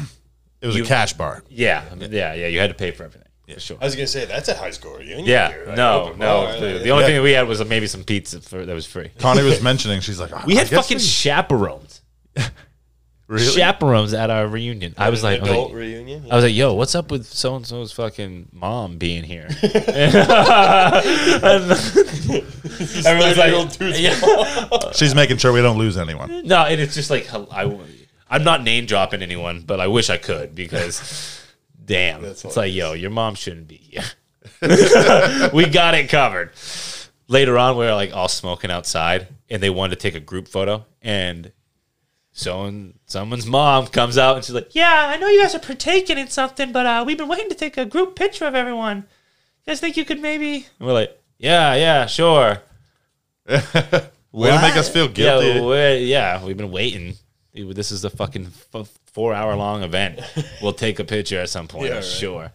It was You- a cash bar. yeah, I mean, yeah, yeah. You had to pay for everything. For sure. I was gonna say that's a high score reunion. Yeah, here, like, no, open no. bar, like, the yeah. the only Yeah. thing that we had was maybe some pizza for, that was free. Connie was mentioning, she's like, "Ah, We "I had guess fucking we- chaperones, really? chaperones at our reunion. I was like, I was adult like, reunion. I was like, yo, what's up with so and so's fucking mom being here? Everyone's Thirty-year-old like, dude's yeah. She's making sure we don't lose anyone. no, and it's just like I, I'm not name dropping anyone, but I wish I could because, damn, it's like, yo, your mom shouldn't be here. we got it covered. Later on, we were like all smoking outside, and they wanted to take a group photo, and so someone's mom comes out and she's like, Yeah, I know you guys are partaking in something, but uh, we've been waiting to take a group picture of everyone. You guys think you could maybe? and we're like, yeah, yeah, sure, Way to make us feel guilty. yeah, we yeah, we've been waiting. Dude, This is a fucking f- four hour long event. we'll take a picture at some point, Yeah, I'm right. sure.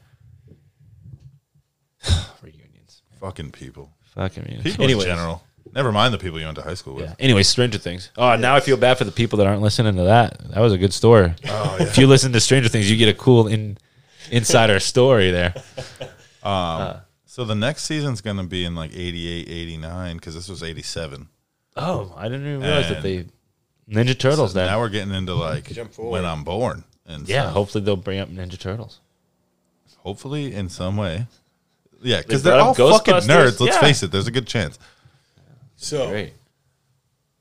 Reunions, fucking people. fucking reunions. People Anyway, in general. Never mind the people you went to high school with. yeah. Anyway, Stranger Things. Oh, now I feel bad for the people that aren't listening to that. That was a good story. If you listen to Stranger Things, you get a cool in insider story there. So the next season's going to be in like 88, 89, because this was 87. Oh, I didn't even realize that And- they Ninja Turtles. then Now we're getting into like Jump forward. when I'm born. And yeah, stuff. hopefully they'll bring up Ninja Turtles. hopefully in some way. Yeah, because They they're all brought up fucking Ghostbusters? nerds. Let's Yeah. face it, there's a good chance. So, Great.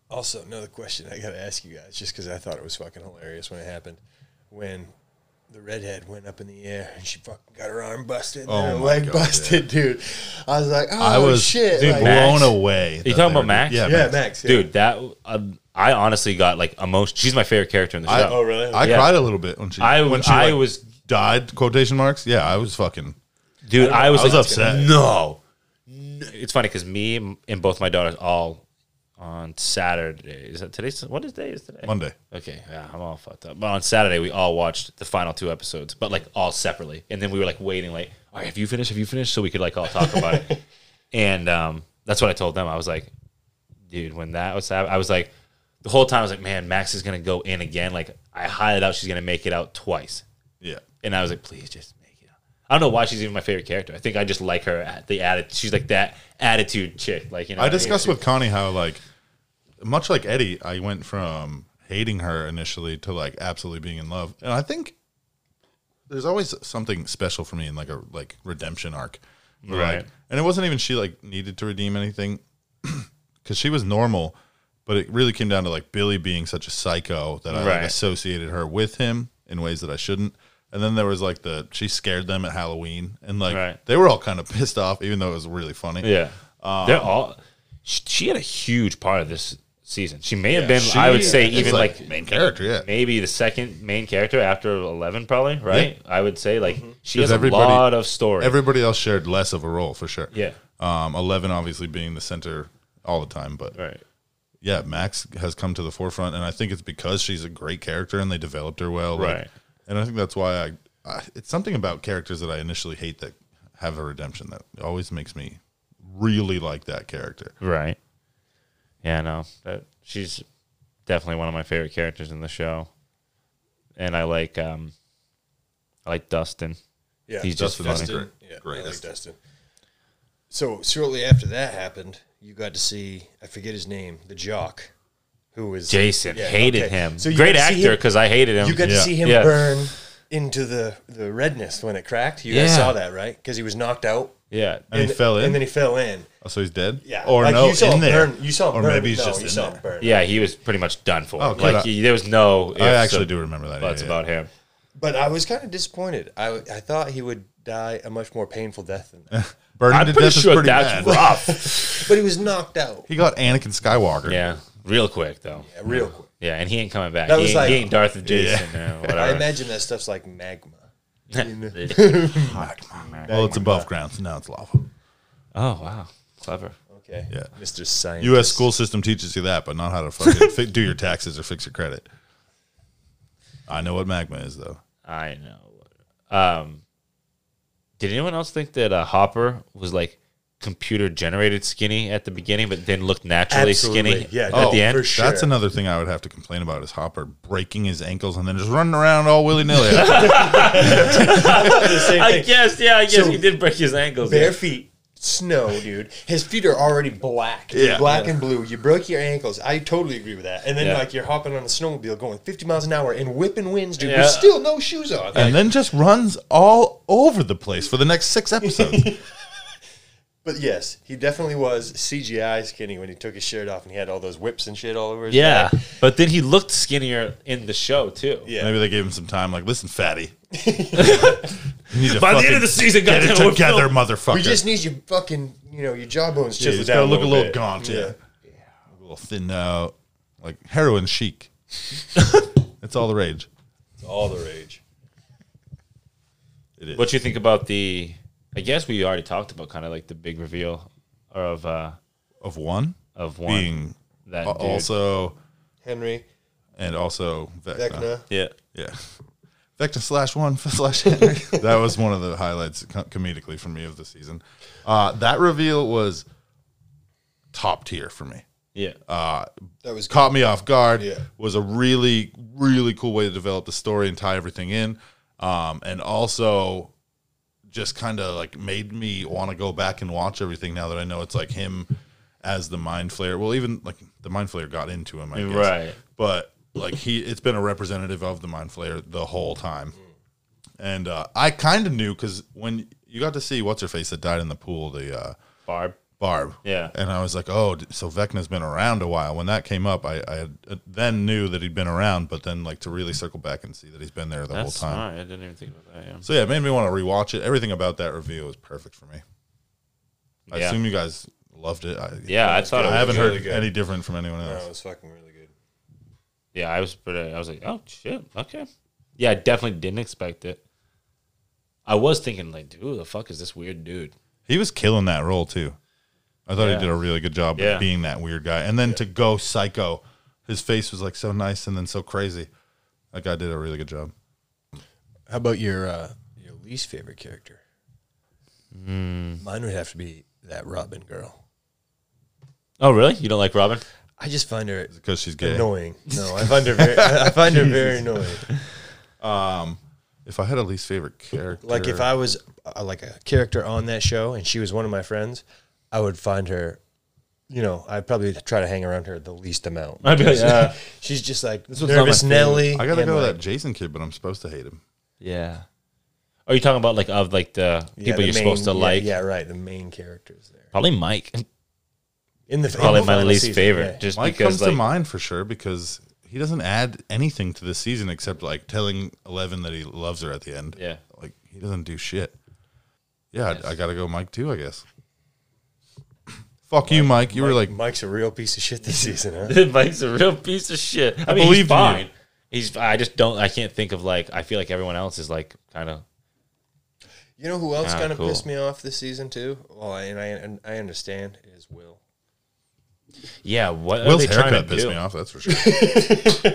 also another question I got to ask you guys, just because I thought it was fucking hilarious when it happened, when the redhead went up in the air and she fucking got her arm busted, and Oh her my leg God, busted, dude. I was like, oh I was shit, dude, like- Max. blown away. that you they talking were- about Max? Yeah, yeah, Max. Max, yeah. dude that um, i honestly got like emotion she's my favorite character in the I, show Oh, really? I Yeah. cried a little bit when she. i, w- when she I like, was died. Quotation marks. Yeah, I was fucking. dude i, was, I was like, upset. no N- it's funny because me and and both my daughters all on saturday is that today's what is day is today Monday. okay yeah i'm all fucked up but on saturday we all watched the final two episodes but like all separately and then we were like waiting like all right have you finished have you finished so we could like all talk about it and um that's what i told them i was like dude, when that was happening, I was like, the whole time I was like, man, Max is gonna go in again. Like I highly doubt she's gonna make it out twice. Yeah. And I was like, please just make it out. I don't know why she's even my favorite character. I think I just like her at the attitude. She's like that attitude chick. Like you know, I what mean? discussed with Connie how like, much like Eddie, I went from hating her initially to like absolutely being in love, and I think there's always something special for me in like a like redemption arc, where, like- Right. and it wasn't even she like needed to redeem anything, because she was normal, but it really came down to like Billy being such a psycho that I like, Right. associated her with him in ways that I shouldn't. And then there was like the she scared them at Halloween, and like Right. they were all kind of pissed off, even though it was really funny. yeah, they're all. She, she had a huge part of this season. She may have been, She I would say, is, even like, main character, yeah. maybe the second main character after eleven, probably right. I would say like she has Because a everybody- lot of story. Everybody else shared less of a role for sure. Yeah. Um, Eleven obviously being the center all the time, but right. yeah, Max has come to the forefront, and I think it's because she's a great character and they developed her well, like- Right. and I think that's why I, I. It's something about characters that I initially hate that have a redemption that always makes me really like that character. Right. Yeah, no. That she's definitely one of my favorite characters in the show. And I like um I like Dustin. Yeah, He's just Dustin is funny. great. Yeah, I like Greatest. Dustin. So shortly after that happened, you got to see I forget his name, the jock, who was Jason Yeah, hated okay. him. So you Great got to see actor him- because I hated him. You got Yeah. to see him Yeah. burn into the the redness when it cracked. You guys Yeah. saw that, right? Because he was knocked out. yeah. And he fell in. and then he fell in. oh, so he's dead. Yeah, Or Like, no, you saw in him there. burn. You saw him or burn. maybe he's No, just you in saw him there. burn. yeah, he was pretty much done for. Oh, good. like he, there was no I ifs actually or do remember that. buts yeah, yeah. about him. But I was kind of disappointed. I I thought he would die a much more painful death than that. Burning I'm to pretty death is sure pretty that's bad. rough. but he was knocked out. He got Anakin Skywalker. yeah. Real quick though. Yeah, real quick. Yeah, and he ain't coming back. That He was ain't, like- he ain't Darth and Jason or I whatever. imagine that stuff's like magma. Well, it's above ground, so now it's lava. oh wow. Clever. Okay. Yeah. Mr. Science. U.S. school system teaches you that, but not how to fucking fi- do your taxes or fix your credit. I know what magma is, though. I know. Um, did anyone else think that uh, Hopper was like computer generated skinny at the beginning, but then looked naturally Absolutely. skinny Yeah, Oh, at no, the end. for sure. That's another thing I would have to complain about is Hopper breaking his ankles and then just running around all willy nilly. the same I thing. guess, yeah, I guess So- he did break his ankles. Bare Yeah. feet, snow, dude. His feet are already black, Yeah. black and blue. You broke your ankles. I totally agree with that. And then Yeah. like you're hopping on a snowmobile going 50 miles an hour and whipping winds, dude. Yeah. With still no shoes on. and then just runs all over the place for the next six episodes. But yes, he definitely was CGI skinny when he took his shirt off and he had all those whips and shit all over his Yeah, back. but then he looked skinnier in the show too. Yeah. Maybe they gave him some time. Like, listen, fatty. You need to By the end fucking of the season, get goddamn, it we're together, filmed. motherfucker. We just need your fucking, you know, your jawbones Yeah, you just chiseled gotta down. look a little bit. gaunt. Yeah. a little thin out, like heroin chic. That's all the rage. It's all the rage. It is. What do you think about the? I guess we already talked about kind of like the big reveal of uh of one of one being that a- dude. also Henry, and also Vecna. Vecna. yeah. Uh, Yeah. Vecna slash one slash Henry. that was one of the highlights co- comedically for me of the season. Uh, that reveal was top tier for me. Yeah, That was caught me off guard. Yeah. Was a really, really cool way to develop the story and tie everything in. Um, and also just kind of like made me want to go back and watch everything now that I know it's like him as the mind flayer. Well, even like the mind flayer got into him, I guess. Right. But like he, it's been a representative of the mind flayer the whole time. And uh, I kind of knew because when you got to see what's her face that died in the pool, the uh, Barb. Barb. Yeah. And I was like, oh, d- so Vecna's been around a while. When that came up, I, I had, uh, then knew that he'd been around, but then like to really circle back and see that he's been there the That's whole time. smart. I didn't even think about that. Yeah. So yeah, it made me want to rewatch it. Everything about that review was perfect for me. I Yeah. assume you guys loved it. I, Yeah, I thought it I was haven't really heard good. any different from anyone No, else. Oh, it was fucking really good. Yeah, I was pretty. I was like, oh shit, okay. Yeah, I definitely didn't expect it. I was thinking like, dude, who the fuck is this weird dude? He was killing that role too. I thought Yeah. he did a really good job Yeah. of being that weird guy. And then to go psycho, his face was like so nice and then so crazy. That guy did a really good job. How about your uh, your least favorite character? Hmm. Mine would have to be that Robin girl. Oh really? You don't like Robin? I just find her Because she's gay. annoying. No, I find her very, I find her very annoying. If I had a least favorite character, Like if I was uh, like a character on that show and she was one of my friends, I would find her. You know, I'd probably try to hang around her the least amount. Uh, I'd be like, yeah. She's just like one's not my nervous favorite. Nelly. I gotta and, go with like, that Jason kid, but I'm supposed to hate him. Yeah. Are you talking about like of like the yeah, people the you're main- supposed to yeah, like? Yeah, right. The main characters there. Probably Mike. In the in Probably the my final least season, favorite, yeah. just Mike because comes like to mind for sure because he doesn't add anything to this season except like telling Eleven that he loves her at the end. Yeah. like he doesn't do shit. Yeah, I- I, gotta go, Mike too. I guess. Fuck you, Mike. You were like, Mike's a real piece of shit this season, huh? Mike's a real piece of shit. I, mean, believed in he's you. fine. He's. I just don't. I can't think of like. I feel like everyone else is like kind of. You know who else Ah, kind of cool. pissed me off this season too? Well, I- and I and I understand is Will. Yeah. What Will's are they trying haircut to pissed do? me off. That's for sure.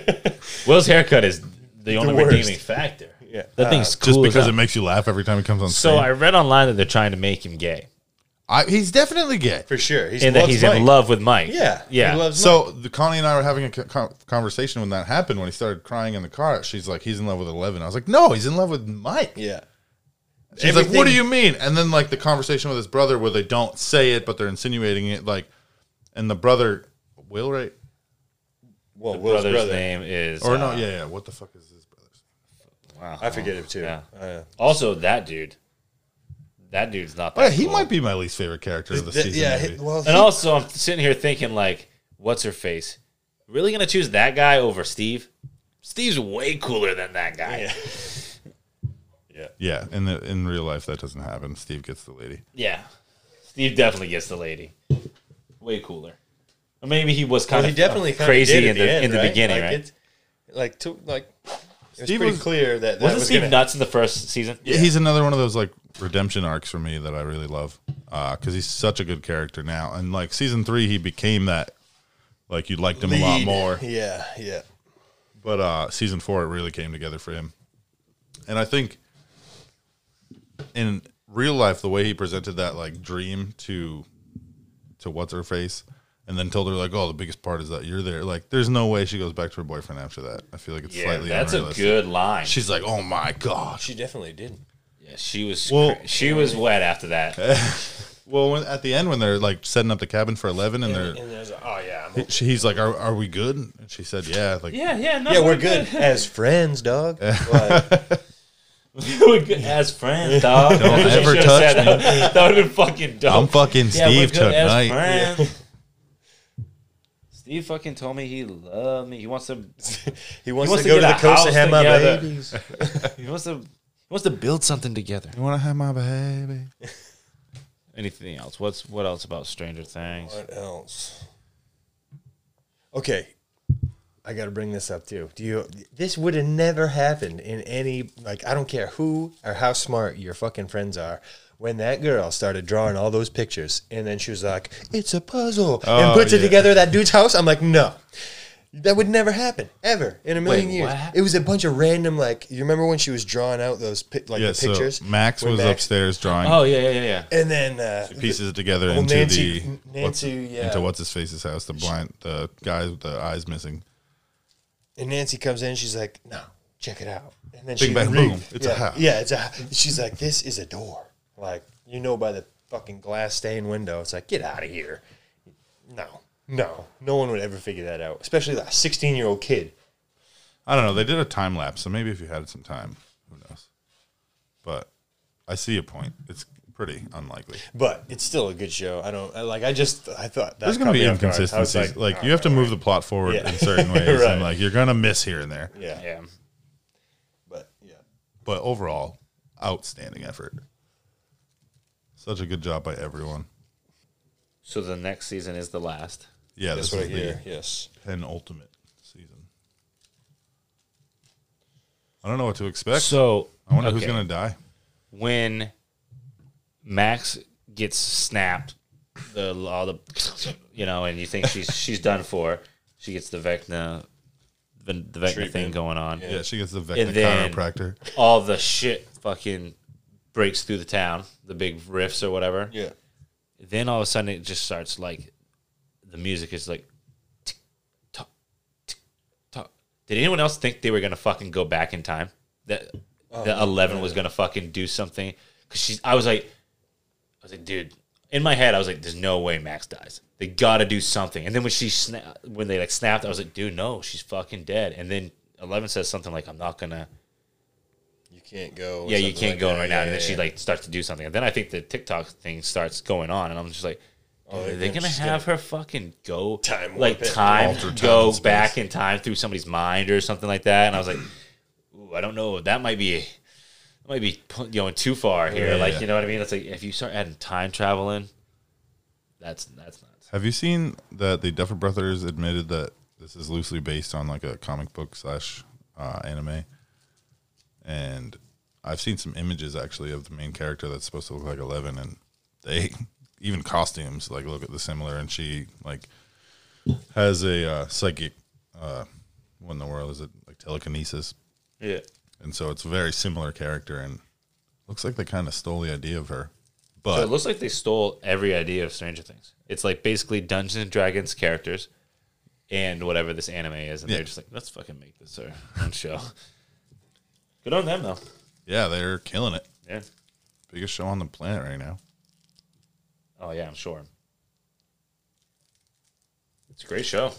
Will's haircut is the only worst. redeeming factor. Yeah. That thing's cool. Just as because hell. it makes you laugh every time he comes on So screen. I read online that they're trying to make him gay I, he's definitely gay. For sure, he's and that loves he's Mike. in love with Mike. Yeah, Yeah. He loves Mike. So the Connie and I were having a co- co- conversation when that happened. When he started crying in the car, she's like, "He's in love with Eleven." I was like, "No, he's in love with Mike." yeah. She's like, "What do Everything- you mean?" And then like the conversation with his brother, where they don't say it, but they're insinuating it, like, and the brother Will, right? Well, The Will's brother's brother. name is. Or uh, no? Yeah, yeah. What the fuck is his brother's? I forget it too. Yeah. Uh, Also, that dude. That dude's not that. Oh, yeah, he cool. might be my least favorite character of the th- season. yeah. maybe. he- well, he- And also, I'm sitting here thinking, like, what's her face? Really gonna choose that guy over Steve? Steve's way cooler than that guy. Yeah, Yeah. yeah. In the in real life, that doesn't happen. Steve gets the lady. Steve definitely gets the lady. Way cooler. Or maybe he was kind well, he of definitely kinda crazy did in at the, end, in the right? beginning, like, right? It's, like to like, it was Steve pretty was- clear that that Wasn't was Steve gonna, nuts in the first season? Yeah. He's another one of those like redemption arcs for me that I really love because he's such a good character now. And like season three, he became that. Like you liked him a lot lead. more. Yeah, yeah. But uh, season four, it really came together for him, and I think in real life, the way he presented that like dream to to what's her face, and then told her like, "Oh, the biggest part is that you're there." Like, there's no way she goes back to her boyfriend after that. I feel like it's Yeah, slightly that's a unrealistic. good line. She, She's like, "Oh my gosh." She definitely did. yeah, she was Well- she was wet after that. Uh, Well, when, at the end when they're like setting up the cabin for eleven, and they're And there's a, oh yeah, I'm she- he's like, "Are are we good?" And she said, "Yeah." Like, Yeah, yeah, no, yeah, we're good as friends, dog. Like, We're good as friends, dog. Don't She ever should've touch said that. That would have been fucking dumb. I'm fucking Yeah, we're Steve good as tonight. friends. Steve fucking told me he loved me. He wants to. he wants wants to to go to get the the coast house and have my together. babies. He wants to. He wants to build something together. You want to have my baby? Anything else? What's what else about Stranger Things? What else? Okay, I got to bring this up too. Do you? This would have never happened in any like I don't care who or how smart your fucking friends are. When that girl started drawing all those pictures, and then she was like, "It's a puzzle," Oh, and puts it yeah. together that dude's house, I'm like, no. That would never happen ever in a million Wait, years. what? It was a bunch of random like you remember when she was drawing out those pi- like Yeah. the pictures. So Max When was upstairs drawing Oh yeah, yeah, yeah, yeah. and then uh, pieces together Oh, into Nancy- the N- what's- Nancy, yeah. into what's his face's house. The blind, the guy with the eyes missing. And Nancy comes in, she's like, "No, check it out." And then Big she bang re- boom, it's a yeah, house. Yeah, it's a. She's like, "This is a door." Like you know by the fucking glass stained window. It's like, get out of here. No, no, no one would ever figure that out, especially that sixteen year old kid. I don't know. They did a time lapse, so maybe if you had some time, who knows? But I see your point. It's pretty unlikely. But it's still a good show. I don't I, like. I just I thought that There's going caught to be me off guard. I was inconsistencies. Like, "All you have to right, move the plot forward Yeah. in certain ways, Right. and like you're going to miss here and there. Yeah, Yeah. but yeah, But overall, outstanding effort. Such a good job by everyone. So the next season is the last. Yeah, that's this what I is hear. Yes, the penultimate season. I don't know what to expect. So I wonder who's okay. going to die. when Max gets snapped, the all the you know, and you think she's she's done for. She gets the Vecna, the, the Vecna thing Treatment. going on. Yeah, she gets the And Vecna then- chiropractor. All the shit fucking breaks through the town. The big riffs or whatever. yeah. Then all of a sudden it just starts like the music is like. tick, tock, tick, tock. Did anyone else think they were gonna fucking go back in time? That the eleven was gonna fucking do something? Cause she's, I was like, I was like, dude, in my head, I was like, there's no way Max dies. They gotta do something. And then when she sna- when they like snapped, I was like, dude, no, she's fucking dead. And then eleven says something like, I'm not gonna, You can't go. or yeah, you something can't like go that. in right Yeah, now. And then yeah, she yeah. like starts to do something. And then I think the TikTok thing starts going on, and I'm just like, oh, are they think gonna she's have her fucking go Time warp like it. time Alter time go and space. back in time through somebody's mind or something like that? And I was like, ooh, I don't know. That might be. That might be pu- going too far here. Yeah. like you know what I mean? It's like if you start adding time travel in, that's that's nuts. Have you seen that the Duffer Brothers admitted that this is loosely based on like a comic book slash uh, anime? And I've seen some images actually of the main character that's supposed to look like Eleven, and they even costumes like look at the similar. And she like has a uh, psychic. Uh, what in the world is it? Like telekinesis, Yeah. and so it's a very similar character, and looks like they kind of stole the idea of her. But So it looks like they stole every idea of Stranger Things. It's like basically Dungeons and Dragons characters and whatever this anime is, and Yeah. they're just like, let's fucking make this our own show. Good on them though. yeah, they're killing it. Yeah. Biggest show on the planet right now. Oh yeah, I'm sure. It's a great show.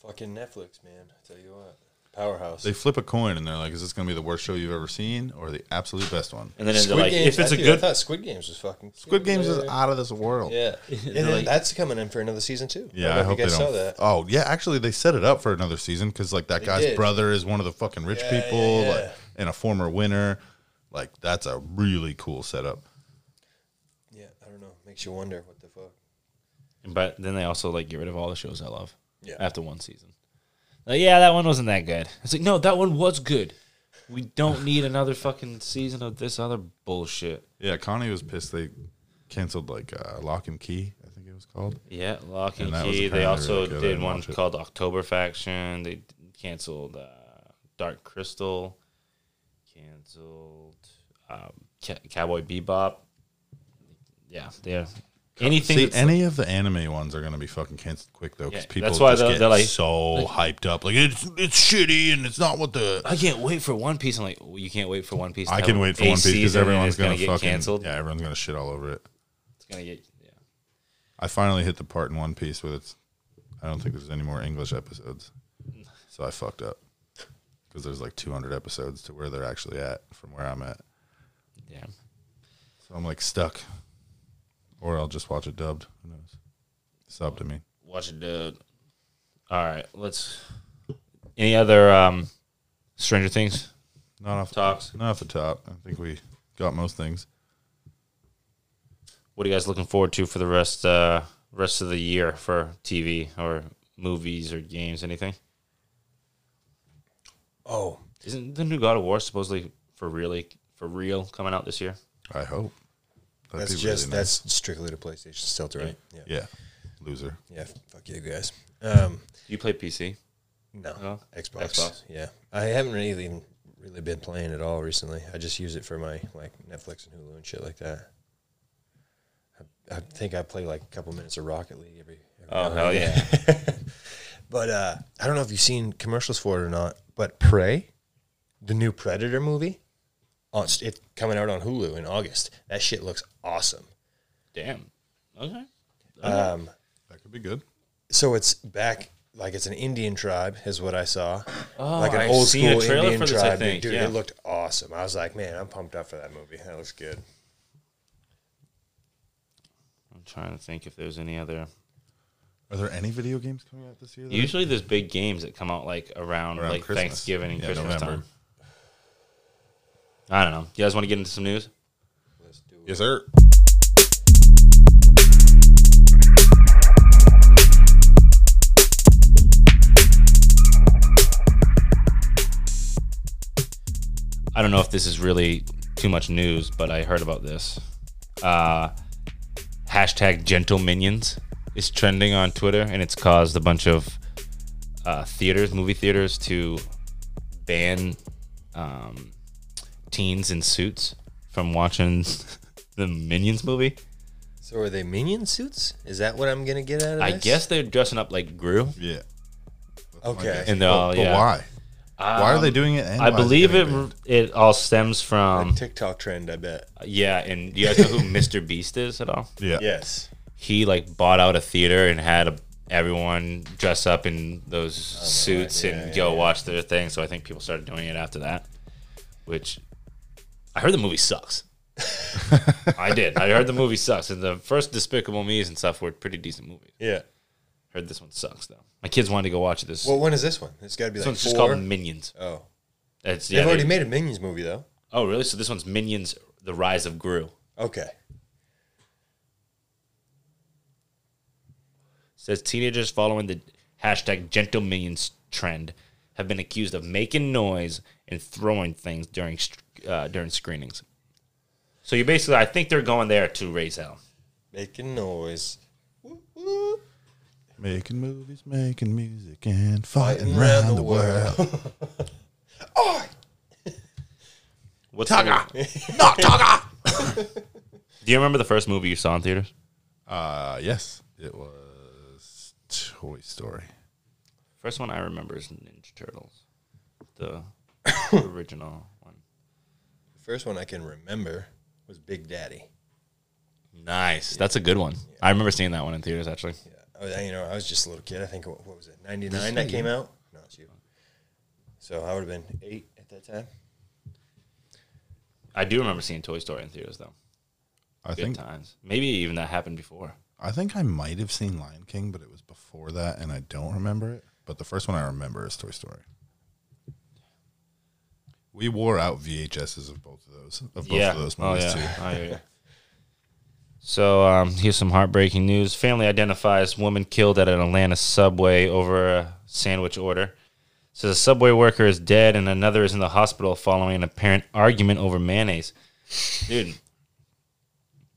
fucking Netflix, man. I tell you what, powerhouse. They flip a coin and they're like, "Is this going to be the worst show you've ever seen, or the absolute best one?" And then it's like, if it's a a good, I thought Squid Games was fucking. Squid Games is out of this world. Yeah, and then that's coming in for another season too. Yeah, I, don't know hope if you guys they don't. saw that. Oh, yeah. Actually, they set it up for another season because like that guy's did. brother is one of the fucking rich Yeah, yeah, people, yeah. Like, and a former winner. Like that's a really cool setup. Yeah, I don't know. Makes you wonder what the fuck. but then they also like get rid of all the shows I love. Yeah. After one season, like yeah, that one wasn't that good. It's like no, that one was good. We don't need another fucking season of this other bullshit. Yeah, Connie was pissed they canceled like uh, Lock and Key, I think it was called. Yeah, Lock and, And that was Key. They apparently also really good. I did didn't one watch it. called October Faction. They d- canceled uh, Dark Crystal, canceled um, Ca- Cowboy Bebop, yeah, they're anything. See, that's- any of the anime ones are going to be fucking canceled quick though, because Yeah, people that's why just they're- get they're like- so hyped up. Like it's it's shitty and it's not what the. I can't wait for One Piece. I'm like, well, you can't wait for One Piece. to I have can wait for a One Piece because season and everyone's it's going to get fucking canceled. yeah, everyone's going to shit all over it. It's gonna get yeah. I finally hit the part in One Piece where it's. I don't think there's any more English episodes, so I fucked up because there's like 200 episodes to where they're actually at from where I'm at. Damn. So I'm like stuck, or I'll just watch it dubbed. Who knows? Subbed to me. Watch it, dude. All right, let's. Any other um, Stranger Things? Not off Talks. Not off the top. I think we got most things. What are you guys looking forward to for the rest uh, rest of the year for TV or movies or games? Anything? Oh, Isn't the new God of War supposedly for really for real coming out this year? I hope. That'd that's be just really nice. that's strictly to PlayStation still, right? Yeah. yeah, yeah. Loser. Fuck you guys. Um, You play PC? no, No? Xbox. Xbox. Yeah, I haven't really even really been playing at all recently. I just use it for my like Netflix and Hulu and shit like that. I, I think I play like a couple minutes of Rocket League every. every Oh now hell and then. yeah! But uh, I don't know if you've seen commercials for it or not. But Prey, the new Predator movie, on it's coming out on Hulu in August. That shit looks awesome. Damn. Okay. Um, That could be good. so it's back like it's an Indian tribe is what I saw. Oh, like an I've old seen a school trailer Indian for this, I tribe. think, Dude, yeah. it looked awesome. I was like, man, I'm pumped up for that movie. That looks good. I'm trying to think if there's any other. Are there any video games coming out this year? that- Usually, there's big games that come out like around, Around like Christmas. Thanksgiving and Yeah, Christmas November. time. I don't know. You guys want to get into some news? Yes, sir. I don't know if this is really too much news, but I heard about this. Uh, hashtag gentle minions is trending on Twitter, and it's caused a bunch of uh, theaters, movie theaters, to ban um, teens in suits from watching the Minions movie. So are they minion suits? Is that what I'm gonna get out of I this? guess they're dressing up like Gru. Yeah. That's my Okay. guess. And they're all, but yeah. why? why are they doing it? and I why is believe getting it. banned? It all stems from TikTok trend, I bet. yeah. And do you guys know who Mr. Beast is at all? Yeah. Yes. he like bought out a theater and had a, everyone dress up in those Oh, suits and go watch their thing. So I think people started doing it after that, which I heard the movie sucks. I did. I heard the movie sucks, and the first Despicable Me's and stuff were pretty decent movies. Yeah. Heard this one sucks though. My kids wanted to go watch this. Well, when is this one? It's got to be this like one's four. just called Minions. oh, That's yeah. they've already they- made a Minions movie though. oh really? So this one's Minions: The Rise of Gru. Okay. says teenagers following the hashtag gentle minions trend have been accused of making noise and throwing things during str- uh, during screenings. So you basically, I think they're going there to raise hell. Making noise. Making movies, making music, and fighting around the world. What's Taka, not Taka. Do you remember the first movie you saw in theaters? Uh, yes, it was Toy Story. First one I remember is Ninja Turtles, the original one. The first one I can remember was Big Daddy. Nice, that's a good one. I remember seeing that one in theaters actually. Yeah. I was- you know, I was just a little kid. I think what, what was it, ninety nine that came out? No, it's you. So I would have been eight at that time. I do remember seeing Toy Story in theaters though. I Good think times. Maybe even that happened before. I think I might have seen Lion King, but it was before that, and I don't remember it. But the first one I remember is Toy Story. We wore out VHSs of both of those of both of those movies oh, yeah. too. I hear ya. So um, here's some heartbreaking news. Family identifies woman killed at an Atlanta subway over a sandwich order. Says a subway worker is dead and another is in the hospital following an apparent argument over mayonnaise. Dude,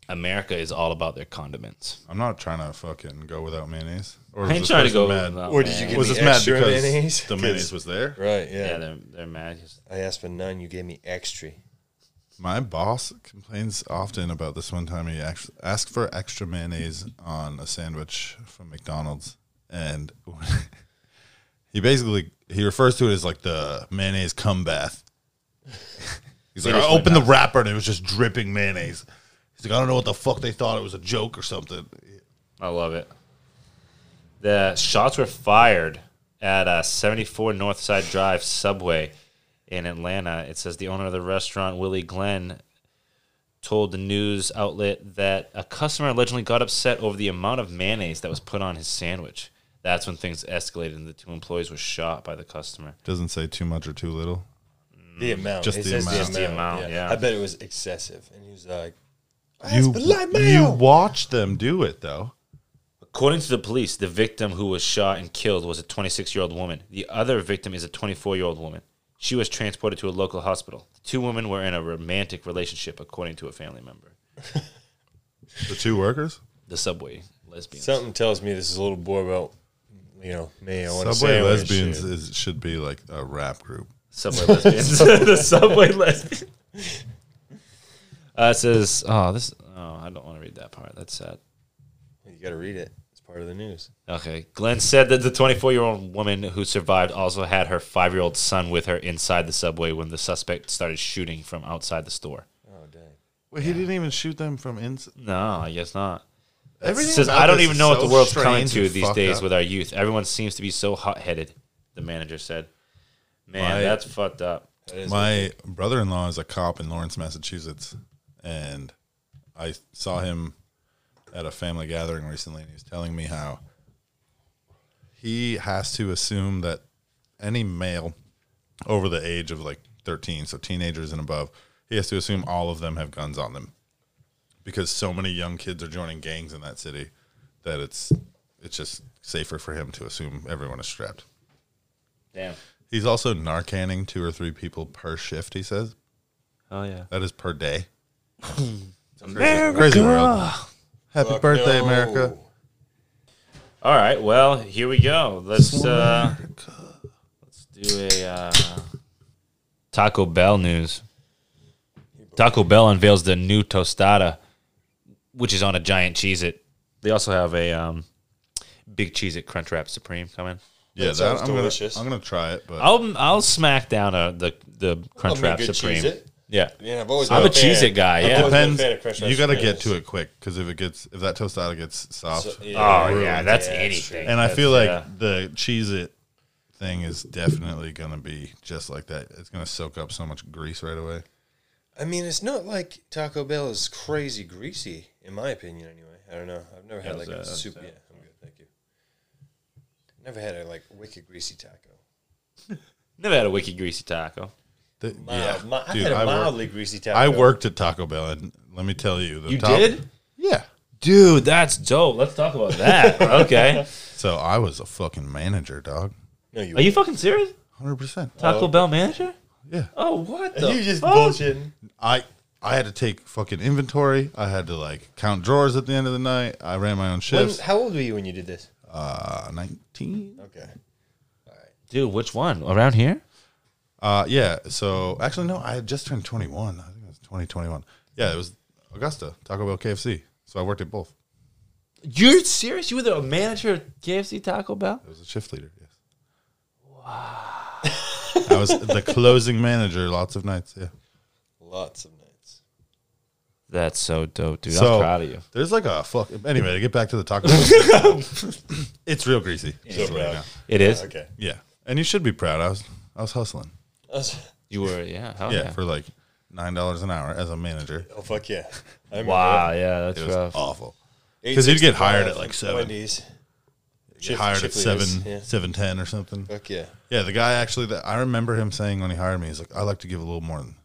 America is all about their condiments. I'm not trying to fucking go without mayonnaise. I Or was ain't this trying to person go. mad? without Or did you mayonnaise. get Was me this mad extra because mayonnaise? the mayonnaise was there? Right. Yeah, they're, they're mad. Mm. I asked for none. You gave me extra. My boss complains often about this one time he act- asked for extra mayonnaise on a sandwich from McDonald's. And he basically he refers to it as like the mayonnaise cum bath. He's like, I opened the wrapper and it was just dripping mayonnaise. He's like, I don't know what the fuck they thought it was a joke or something. I love it. The shots were fired at uh, 74 Northside Drive Subway in Atlanta. It says the owner of the restaurant, Willie Glenn, told the news outlet that a customer allegedly got upset over the amount of mayonnaise that was put on his sandwich. That's when things escalated and the two employees were shot by the customer. Doesn't say too much or too little. The amount. Just It the says amount. Just the amount, yeah. I bet it was excessive. And he was like, You, light you mayo. watch them do it though. According to the police, the victim who was shot and killed was a 26 year old woman. The other victim is a 24 year old woman. She was transported to a local hospital. The two women were in a romantic relationship, according to a family member. The two workers. The subway lesbians. Something tells me this is a little more about, you know, mayo on a Subway sandwich. lesbians is, should be like a rap group. subway lesbians. the subway lesbians. Uh, it says, oh, this. Oh, I don't want to read that part. That's sad. You got to read it. It's part of the news. Okay. Glenn said that the 24 year old woman who survived also had her five year old son with her inside the subway when the suspect started shooting from outside the store. Oh dang! Well, he didn't even shoot them from inside. No, I guess not. Everything says, about I don't this even is know what so the world's strange coming to and these fucked days up. with our youth. Everyone seems to be so hot headed, the manager said. Man, My- that's fucked up. My brother in law is a cop in Lawrence, Massachusetts, and I saw him at a family gathering recently, and he was telling me how he has to assume that any male over the age of like 13, so teenagers and above, he has to assume all of them have guns on them because so many young kids are joining gangs in that city that it's it's just safer for him to assume everyone is strapped. Damn. He's also narcanning two or three people per shift. He says Oh, yeah. that is per day. America. Crazy world. Happy birthday, America. All right. Well, here we go. Let's, uh, let's do a uh, Taco Bell news. Taco Bell unveils the new tostada, which is on a giant Cheez It. They also have a um, big Cheez It Crunch Wrap Supreme coming. Yeah, that, sounds I'm gonna, delicious. I'm gonna try it, but I'll I'll smack down uh the the Crunch Wrap good Supreme. Cheez-It. Yeah, Yeah, I've always. I'm a been fan. cheese it guy. I've Yeah. always been a depends. fan of Crunch Wrap You got to Supremes. get to it quick because if it gets if that tostada gets soft, So, Oh yeah. yeah, that's Yeah, that's anything. and I That's- feel like yeah. the cheese it thing is definitely gonna be just like that. It's gonna soak up so much grease right away. I mean, it's not like Taco Bell is crazy greasy, in my opinion. Anyway, I don't know. I've never had like a soup. Yeah, I'm good. Thank you. Never had a like wicked greasy taco. never had a wicked greasy taco. The- Mild, yeah, mi- I dude, had a I, worked, mildly greasy taco. I worked at Taco Bell, and let me tell you, the You top- did, yeah. dude. That's dope. Let's talk about that. okay, So I was a fucking manager, dog. No, you. are you fucking serious? Hundred percent. Taco Bell manager? Yeah. Oh what the? you just fuck? bullshitting. I I had to take fucking inventory. I had to like count drawers at the end of the night. I ran my own when, shifts. How old were you when you did this? Uh, nineteen. Okay. dude? Which one? Around here? Uh, yeah. So actually, no, I had just turned twenty one. I think it was twenty twenty one. Yeah, it was Augusta Taco Bell KFC. So I worked at both. You're serious? You were the manager of KFC Taco Bell? I was a shift leader. Yes. Wow. I was the closing manager lots of nights. Yeah. Lots of nights. That's so dope, dude. So- I'm proud of you. There's like a fuck. Anyway, to get back to the Taco Bell, it's real greasy. Just so proud. It is. Okay. Yeah, and you should be proud. I was I was hustling. Oh You were, yeah. hell yeah, yeah. for like nine dollars an hour as a manager. fuck yeah! I remember Wow, yeah, that's It was rough. awful. Because you'd get hired at like seven, Wendy's. get hired shift at leaders, seven, yeah. seven ten or something. Fuck yeah! Yeah, the guy actually that I remember him saying when he hired me, he's like, I like to give a little more than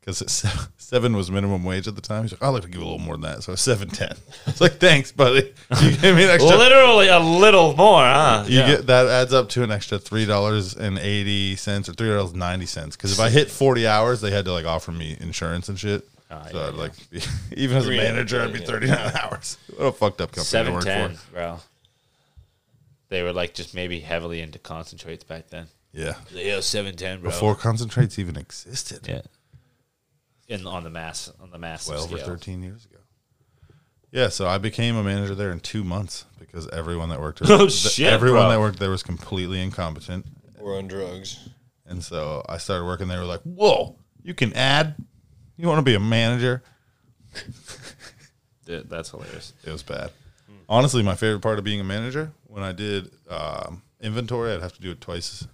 because seven was minimum wage at the time. He's like, I like to give a little more than that, so seven ten. It's like, thanks, buddy. You gave me an extra. Literally a little more, huh? You get that adds up to an extra three dollars and eighty cents or three dollars ninety cents. Because if I hit forty hours, they had to like offer me insurance and shit. Ah, so I'd like be, even as a manager, I'd be thirty nine hours. What a fucked up company to Seven work ten, for. bro. They were like just maybe heavily into concentrates back then. Yeah, Yo, seven ten, bro. before concentrates even existed. yeah. in on the mass on the mass twelve or scale. thirteen years ago. Yeah, so I became a manager there in two months because everyone that worked there, Oh, th- shit, everyone bro. that worked there was completely incompetent, We're on drugs. and so I started working there. Were like, whoa, you can add, you want to be a manager? Dude, that's hilarious. It was bad. Honestly, my favorite part of being a manager when I did um, inventory, I'd have to do it twice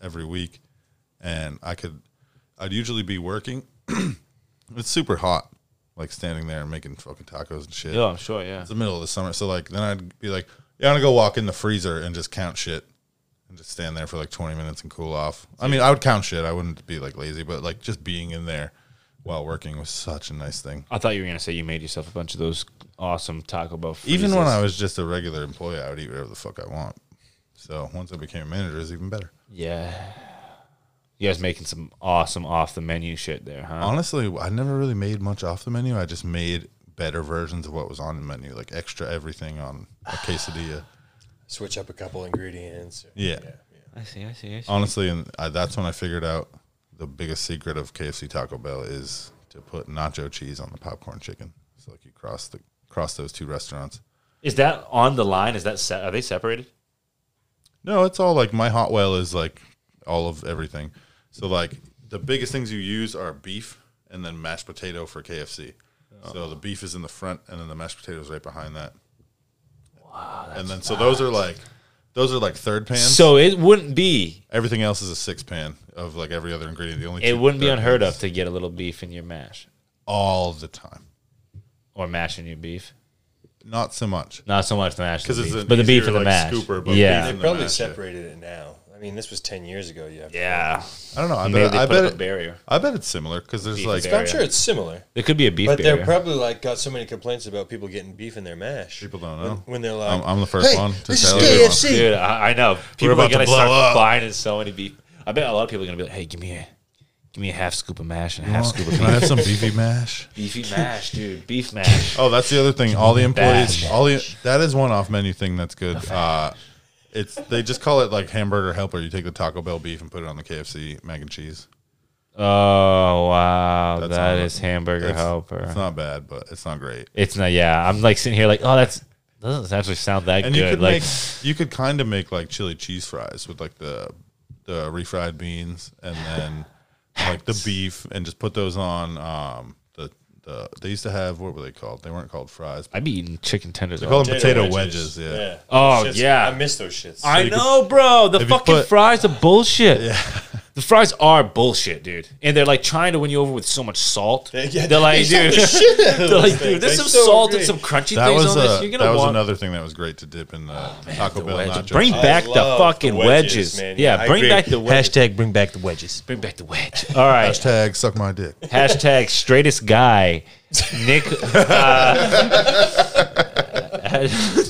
every week, and I could, I'd usually be working. it's super hot, like standing there and making fucking tacos and shit. Yeah, I'm sure. Yeah. It's the middle of the summer, so like then I'd be like, yeah, I'm gonna go walk in the freezer and just count shit, and just stand there for like 20 minutes and cool off. I mean, I would count shit. I wouldn't be like lazy, but like just being in there while working was such a nice thing. I thought you were gonna say you made yourself a bunch of those awesome Taco Bell. Freezes. Even when I was just a regular employee, I would eat whatever the fuck I want. So once I became a manager, it's even better. yeah, you guys making some awesome off the menu shit there, huh? Honestly, I never really made much off the menu. I just made better versions of what was on the menu, like extra everything on a quesadilla. Switch up a couple ingredients. Yeah. I see. I see. I see. Honestly, and I, that's when I figured out the biggest secret of KFC Taco Bell is to put nacho cheese on the popcorn chicken. So like you cross the cross those two restaurants. Is that on the line? Is that se- are they separated? No, it's all like my hot well is like all of everything. So like the biggest things you use are beef and then mashed potato for KFC. So the beef is in the front and then the mashed potato is right behind that. Wow. And then so those are like those are like third pans. So it wouldn't be everything else is a six pan of like every other ingredient. The only it two wouldn't be third unheard pans of to get a little beef in your mash all the time. or mash in your beef. Not so much. Not so much the mash, Because the it's beef, an but the beef easier, and the mash. like, scooper, but yeah, beef They the probably mash, yeah. separated it now. I mean, this was 10 years ago. You have to- yeah. I don't know. I Maybe bet, they I put bet, up a it, barrier. I bet it's similar because there's Beef like is I'm sure it's similar, There could be a beef but barrier. they're probably like got so many complaints about people getting beef in their mash. people don't know. when they're like, I'm, I'm the first "Hey, one to this is tell everyone. KFC. Dude, I, I know people about are gonna to blow start up. buying in so many beef. I bet a lot of people are gonna be like, "Hey, give me a, give me a half scoop of mash and a half scoop of Can I have some beefy mash? beefy mash, dude, beef mash." Oh, that's the other thing. All the employees, Bad. all the that is one off menu thing that's good. Uh, it's they just call it like hamburger helper. You take the Taco Bell beef and put it on the KFC mac and cheese. Oh wow, that's not- hamburger It's, helper. it's not bad, but it's not great. It's not. Yeah, I'm like sitting here like, oh, that's doesn't actually sound that And you good. could Like, make you could kind of make like chili cheese fries with like the the refried beans and then like the beef and just put those on um the the they used to have what were they called? They weren't called fries. I'd be eating chicken tenders. They all call day. them potato wedges. yeah. Oh, Shits- yeah. I miss those shits. I know, bro. The if you fucking put- fries are bullshit. The fries are bullshit, dude. And they're like trying to win you over with so much salt. They, yeah, are like, dude, they're like, dude, there's They some so salt and agree. some crunchy That things was on this. a, You're that gonna was want another thing that was great to dip in the Taco Bell wedges. nachos. Bring back the love fucking the wedges, wedges, man. Yeah, I bring agree. back the wedges. Hashtag bring back the wedges. bring back the wedge. All right. Hashtag, Hashtag suck my dick. straightest guy, Nick. Uh,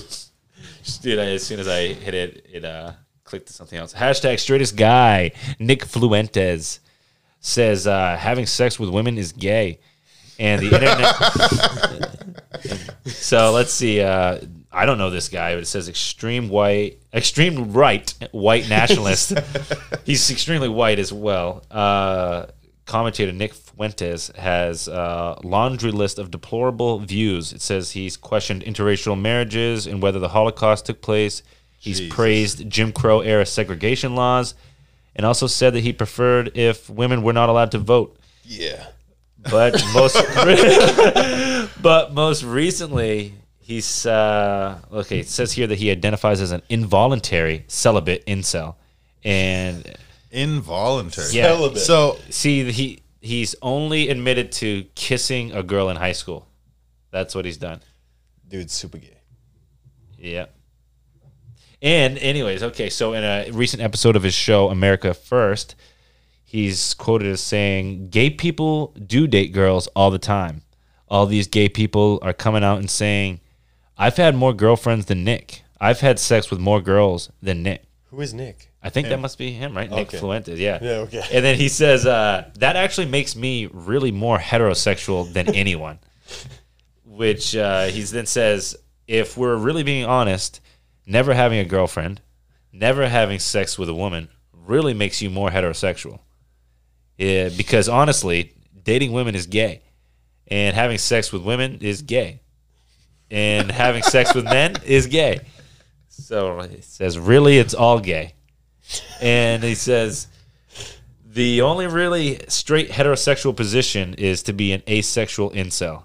dude, I, as soon as I hit it, it uh, clicked to something else. Hashtag straightest guy, Nick Fluentes, says uh, having sex with women is gay, and the internet. so let's see. Uh, I don't know this guy, but it says extreme white, extreme right, white nationalist. He's extremely white as well. Uh, commentator Nick Fuentes has a laundry list of deplorable views. It says he's questioned interracial marriages and whether the Holocaust took place. He's Jesus. praised Jim Crow era segregation laws and also said that he preferred if women were not allowed to vote. Yeah. But most, but most recently, he's uh, okay. It says here that he identifies as an involuntary celibate incel, and Involuntary. yeah, So See, he he's only admitted to kissing a girl in high school. That's what he's done. Dude, super gay. Yeah. And anyways, okay, so in a recent episode of his show America First, he's quoted as saying, "Gay people do date girls all the time. All these gay people are coming out and saying, I've had more girlfriends than Nick. I've had sex with more girls than Nick." Who is Nick? I think that must be him, right? Nick Okay. Fluentes, yeah. Yeah, okay. And then he says, uh, that actually makes me really more heterosexual than anyone. Which uh, he then says, if we're really being honest, never having a girlfriend, never having sex with a woman really makes you more heterosexual. Yeah, because honestly, dating women is gay, and having sex with women is gay, and having sex with men is gay. So he says, really, it's all gay. And he says, the only really straight heterosexual position is to be an asexual incel.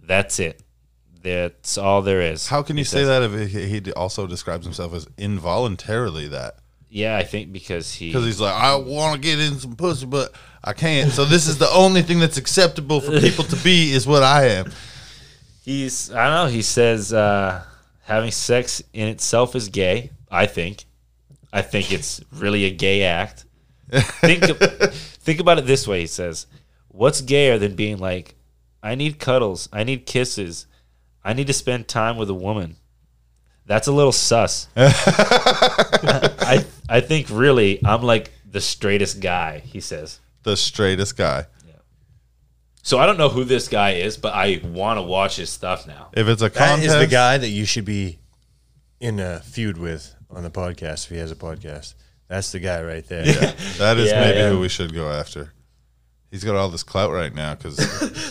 That's it. That's all there is. How can you say that if he he also describes himself as involuntarily that? Yeah, I think because he. Because he's like, I want to get in some pussy, but I can't. So this is the only thing that's acceptable for people to be is what I am. He's I don't know. He says uh, having sex in itself is gay. I think. I think it's really a gay act. Think think about it this way. He says, "What's gayer than being like, I need cuddles, I need kisses, I need to spend time with a woman." That's a little sus. I I think really I'm like the straightest guy. He says. The straightest guy. So I don't know who this guy is, but I want to watch his stuff now. If it's a That contest, is the guy that you should be in a feud with on the podcast if he has a podcast. That's the guy right there. that is Yeah, maybe yeah. who we should go after. He's got all this clout right now because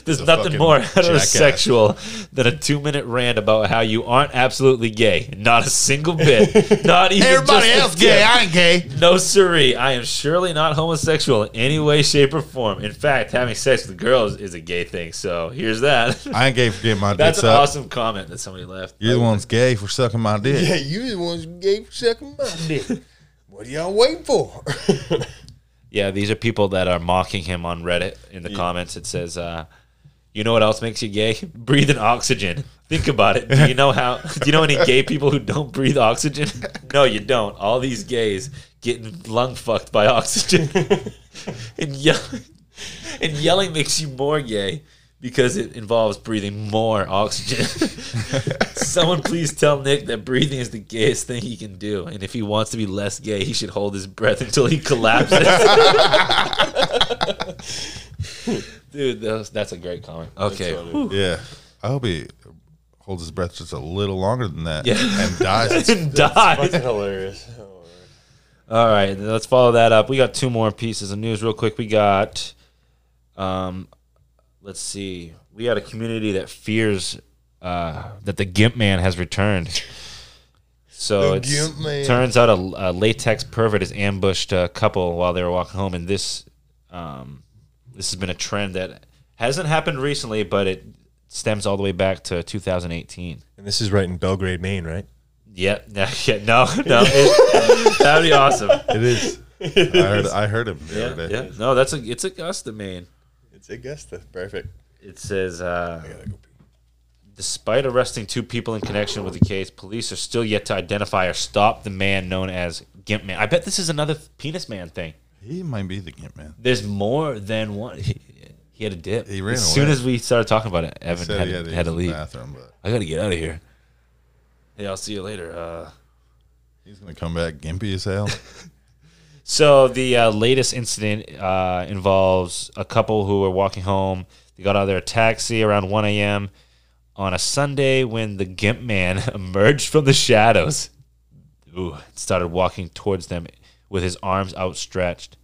There's The nothing fucking more jackass. heterosexual than a two minute rant about how you aren't absolutely gay. Not a single bit. Not even just everybody a else gay. tip. I ain't gay. No, siree. I am surely not homosexual in any way, shape, or form. In fact, having sex with girls is a gay thing. So here's that. I ain't gay for getting my That's dicks an up. awesome comment that somebody left. You're the one's gay for sucking my dick. you the ones gay sucking my dick. What are y'all waiting for? Yeah, these are people that are mocking him on Reddit. In the comments, it says, uh, "You know what else makes you gay? Breathing oxygen. Think about it. Do you know how? Do you know any gay people who don't breathe oxygen? No, you don't. All these gays getting lung fucked by oxygen, and yelling, and yelling makes you more gay because it involves breathing more oxygen. Someone please tell Nick that breathing is the gayest thing he can do, and if he wants to be less gay, he should hold his breath until he collapses." Dude, those, that's a great comment. Okay. Whew. Yeah. I hope he holds his breath just a little longer than that Yeah. and dies. And die. Hilarious. All right, then let's follow that up. We got two more pieces of news real quick. We got, um, let's see. We got a community that fears uh, that the Gimp Man has returned. So Gimp Man. it turns out a, a latex pervert has ambushed a couple while they were walking home, and this um, this has been a trend that hasn't happened recently, but it stems all the way back to 2018. And this is right in Belgrade, Maine, right? Yeah, no, yeah, no, no. it- that'd be awesome. it is. I heard, I heard him the Yeah, other day. yeah. No, that's a it's Augusta, Maine. It's Augusta. Perfect. It says, uh, despite arresting two people in connection with the case, police are still yet to identify or stop the man known as Gimp Man. I bet this is another penis man thing. He might be the gimp man. There's more than one. He, he had a dip. He ran as soon away. as we started talking about it, Evan Said had, he had, had to, to use the leave. bathroom, but I got to get out of here. Hey, I'll see you later. Uh, he's gonna come back gimpy as hell. So the uh, latest incident uh, involves a couple who were walking home. They got out of their taxi around 1 a.m. on a Sunday when the Gimp Man emerged from the shadows. Ooh, and started walking towards them with his arms outstretched.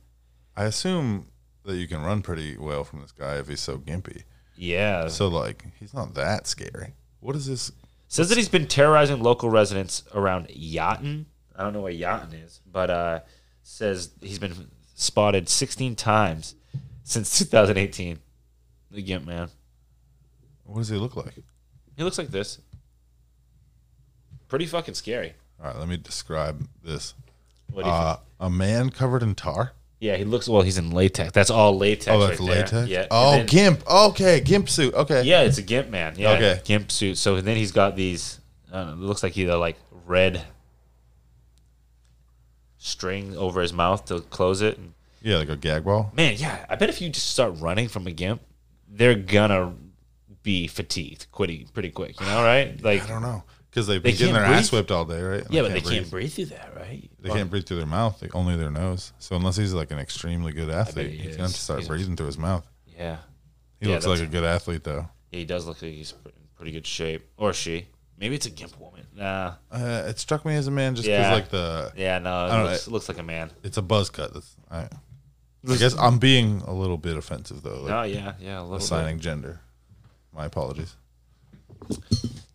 I assume that you can run pretty well from this guy if he's so gimpy. Yeah. So like, he's not that scary. What is this? Says that he's been terrorizing local residents around Yatton. I don't know what Yatton is, but uh, says he's been spotted 16 times since 2018. The Gimp Man. What does he look like? He looks like this. Pretty fucking scary. All right, let me describe this. What do you Uh, a man covered in tar. think? Yeah, he looks well. He's in latex. That's all latex. Oh, that's right there. latex. Yeah. Oh, and then- gimp. Okay, gimp suit. Okay. yeah, it's a gimp man. Yeah, Okay. gimp suit. So then he's got these. I don't know, it looks like either like red string over his mouth to close it. And, Yeah, like a gag ball. man, yeah, I bet if you just start running from a gimp, they're gonna be fatigued, quitting pretty quick. You know, right? Like, I don't know because they've been getting can't their ass breathe. whipped all day, right? And yeah, but they breathe. can't breathe through that, right? They can't breathe through their mouth, like, only their nose. So unless he's like an extremely good athlete, he he's is. gonna have to start He's- breathing through his mouth. Yeah. He Yeah, looks like a that's- good athlete, though. Yeah, he does look like he's pr- in pretty good shape. Or she. Maybe it's a gimp woman. Nah. Uh, it struck me as a man just because Yeah. like the Yeah, no. It don't know. looks, looks like a man. it's a buzz cut. That's, I, I guess I'm being a little bit offensive though, like Oh yeah, yeah. A little bit. assigning gender. My apologies.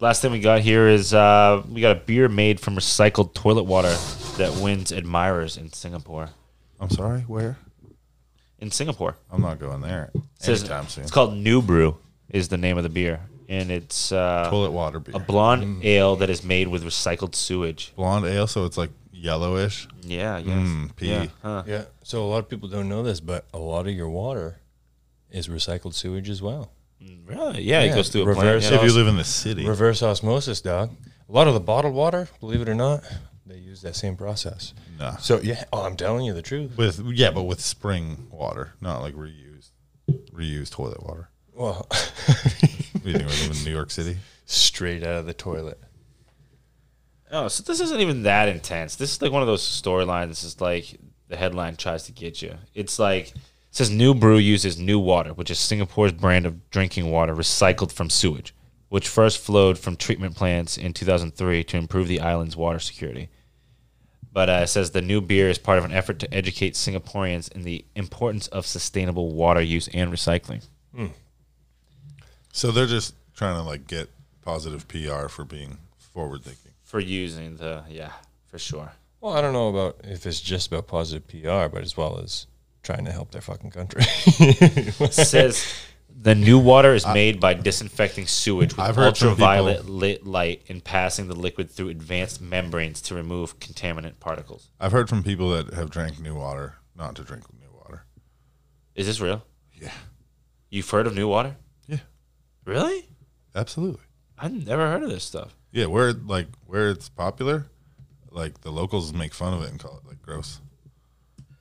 Last thing we got here is uh, we got a beer made from recycled toilet water that wins admirers in Singapore. I'm sorry. Where? In Singapore, I'm not going there It says- anytime soon. It's called New Brew. Is the name of the beer, and it's uh, Toilet Mm. water beer. a blonde ale that is made with recycled sewage. blonde ale, so it's like yellowish. Yeah, yes. Mm, pee. Yeah, huh. Yeah. So a lot of people don't know this, but a lot of your water is recycled sewage as well. Really? Yeah, it Yeah, goes through a plant. reverse yeah. If you live in the city, Reverse osmosis, dog. A lot of the bottled water, believe it or not, they use that same process. Nah. So yeah, oh, I'm telling you the truth. with yeah, but with spring water, not like reused, reused toilet water. Well, What do You think we live in New York City? straight out of the toilet. Oh, so this isn't even that intense. This is like one of those storylines. It's like the headline tries to get you. It's like it says New Brew uses new water, which is Singapore's brand of drinking water recycled from sewage, which first flowed from treatment plants in 2003 to improve the island's water security. But uh, it says the new beer is part of an effort to educate Singaporeans in the importance of sustainable water use and recycling. So they're just trying to like get positive PR for being forward thinking. For using the yeah, for sure. Well, I don't know about if it's just about positive PR, but as well as trying to help their fucking country. says the new water is made by disinfecting sewage with I've heard from ultraviolet lit light and passing the liquid through advanced membranes to remove contaminant particles. I've heard from people that have drank new water not to drink new water. Is this real? Yeah. You've heard of new water? Yeah. Really? Absolutely. I've never heard of this stuff. Yeah, where it- like where it's popular, like the locals make fun of it and call it like gross.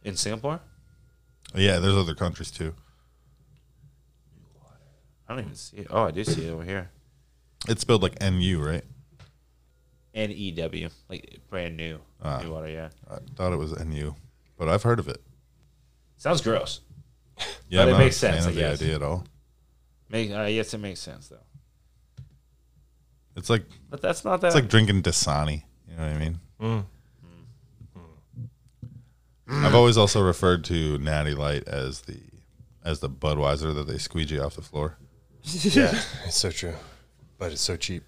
In Singapore? Yeah, there's other countries too. I don't even see it. Oh, I do see it over here. It's spelled like NU, right? N E W, like brand new. Ah. new water, yeah. I thought it was NU, but I've heard of it. Sounds gross. But Yeah, it I'm not makes a fan sense, of I the guess. idea at all. Make, uh, yes, it makes sense, though. It's like But that's not that. it's like drinking Dasani. You know what I mean? Mm. Mm. I've always also referred to Natty Light as the as the Budweiser that they squeegee off the floor. yeah, it's so true, but it's so cheap.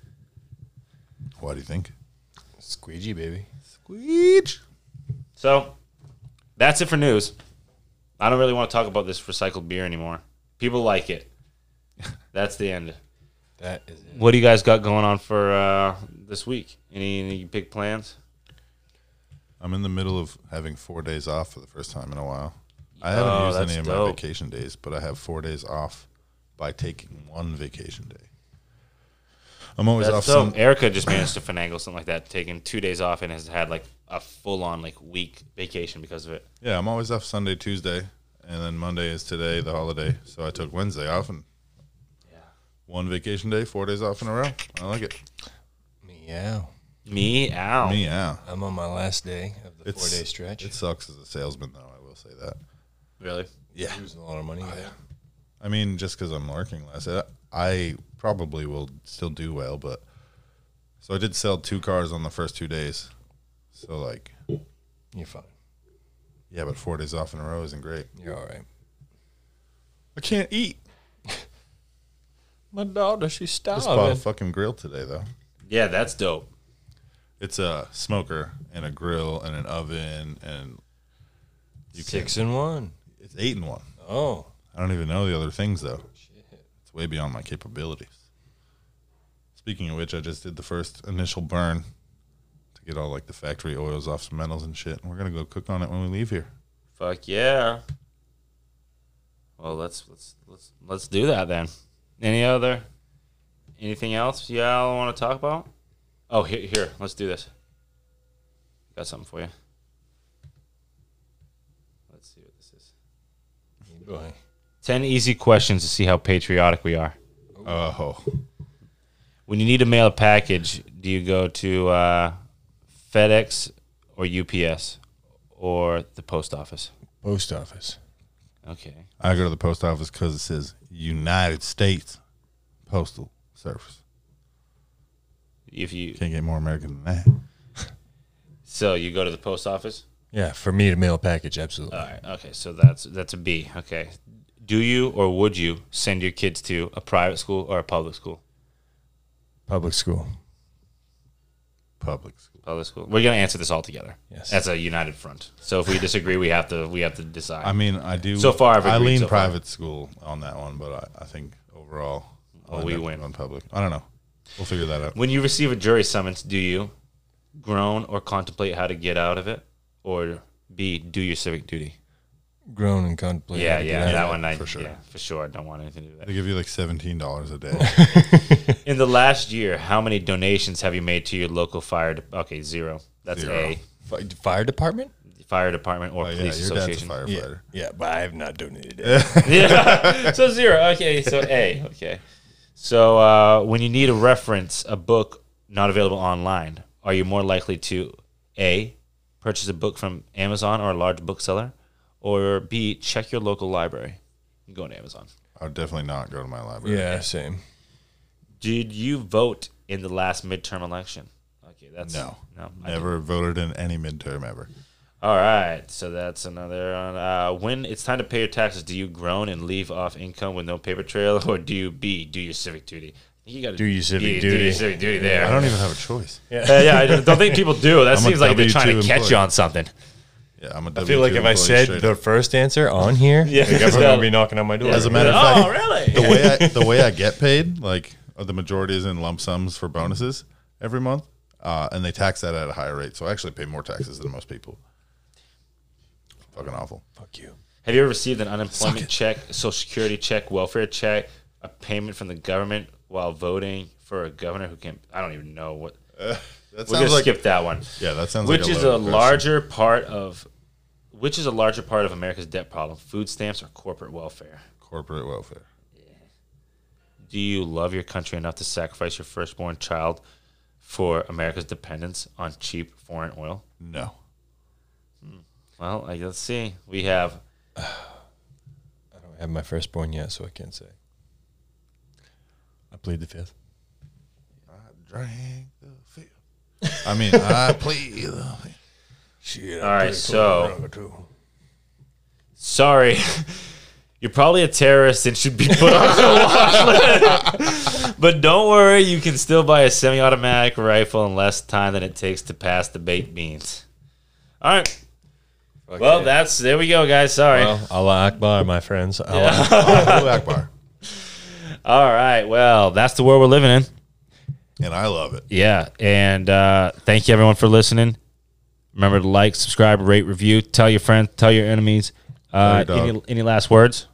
What do you think? Squeegee, baby. Squeege. So that's it for news. I don't really want to talk about this recycled beer anymore. People like it. That's the end. That is it. What do you guys got going on for uh, this week? Any, any big plans? I'm in the middle of having four days off for the first time in a while. I haven't Oh, used any that's of my dope. vacation days, but I have four days off by taking one vacation day. I'm always That's off dope. some Erica just managed to finagle something like that, taking two days off and has had like a full on like week vacation because of it. Yeah, I'm always off Sunday, Tuesday, and then Monday is today, the holiday. So I took Wednesday off and one vacation day, four days off in a row. I like it. Meow. Me out. Meow. I'm on my last day of the It's- four day stretch. It sucks as a salesman, though. I will say that. Really? Oh, Yeah. Losing a lot of money. yeah. I mean, just because I'm working less, I- I probably will still do well. But so I did sell two cars on the first two days. So like, You're fine. yeah, but four days off in a row isn't great. You're all right. I can't eat. My daughter, she's Just bought a fucking grill today, though. Yeah, that's dope. It's a smoker and a grill and an oven and Six and one. It's eight and one. Oh, I don't even know the other things though. It's way beyond my capabilities. Speaking of which, I just did the first initial burn to get all like the factory oils off some metals and shit. And we're gonna go cook on it when we leave here. Fuck yeah. Well, let's let's let's let's do that then. Any other anything else y'all want to talk about? Oh, here here, let's do this. Got something for you. Let's see what this is. you boy. 10 easy questions to see how patriotic we are. Oh, When you need to mail a package, do you go to uh, FedEx or UPS or the post office? Post office. Okay. I go to the post office because it says United States Postal Service. If you Can't get more American than that. so you go to the post office? Yeah, for me to mail package, absolutely. All right. Okay. So that's that's a B. Okay. Do you or would you send your kids to a private school or a public school? Public school. Public school. Public school. We're gonna answer this all together. Yes. That's a united front. So if we disagree, we have to we have to decide. I mean, I do. So far, I've I agreed lean so far. private school on that one, but I, I think overall, I Oh, lean we on- win. on public. I don't know. We'll figure that out. when you receive a jury summons, do you groan or contemplate how to get out of it, or B do your civic duty? Grown and contemplate. Yeah, yeah, that yeah, one I, for sure. yeah, for sure. I don't want anything to do with They that. give you like seventeen dollars a day. In the last year, how many donations have you made to your local fire? De- okay, zero. That's Zero. Fi- Fire department? a fire department or But yeah, police your dad's a association. firefighter. Yeah, but I have not donated it. yeah. So zero. Okay. So A. Okay. So uh, when you need a reference, a book not available online, are you more likely to A, purchase a book from Amazon or a large bookseller, or B, check your local library? You Go to Amazon. I would definitely not go to my library. yeah, same. Did you vote in the last midterm election? Okay, that's No. No, I Never voted in any midterm ever. All right, so that's another. on- Uh, when it's time to pay your taxes, do you groan and leave off income with no paper trail, or do you B do your civic duty? I think You got to Do your civic Do duty. your civic duty there. I don't even have a choice. Yeah, Uh, yeah, I don't don't think people do. That I'm a seems like they're W2 trying to catch employee. you on something. I'm a I feel like if I said the first answer on here, Yeah. the government would be knocking on my door. as a matter of fact, Oh, really? the way I, the way I get paid, like uh, the majority is in lump sums for bonuses every month, uh, and they tax that at a higher rate. So I actually pay more taxes than most people. Fucking awful. Fuck you. Have you ever received an unemployment check, social security check, welfare check, a payment from the government while voting for a governor who can't? I don't even know what. That We're gonna sounds like skip that one. yeah, that sounds which like is a loaded question. larger part of which is a larger part of America's debt problem: food stamps or corporate welfare? corporate welfare. Do you love your country enough to sacrifice your firstborn child for America's dependence on cheap foreign oil? No, Well, I- let's see. We have I don't have my firstborn yet, so I can't say. I plead the fifth. drink the field. I mean, I plead. the fifth. Shit. all right. So sorry, you're probably a terrorist and should be put on the watch list. But don't worry, you can still buy a semi-automatic rifle in less time than it takes to pass the baked beans. All right. Well, that's there we go, guys. Sorry. Well, Allah Akbar, my friends. Allah Allahu Akbar. All right. Well, that's the world we're living in. And I love it. Yeah. And uh, thank you everyone for listening. Remember to like, subscribe, rate, review. Tell your friends. Tell your enemies. Uh, Tell your dog. any, any last words?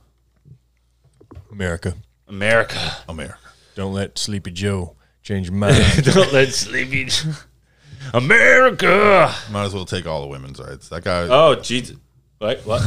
America. America. America. Don't let Sleepy Joe change your mind. Don't let sleepy. America. Might as well take all the women's rights. That guy. Oh Jesus. What? What?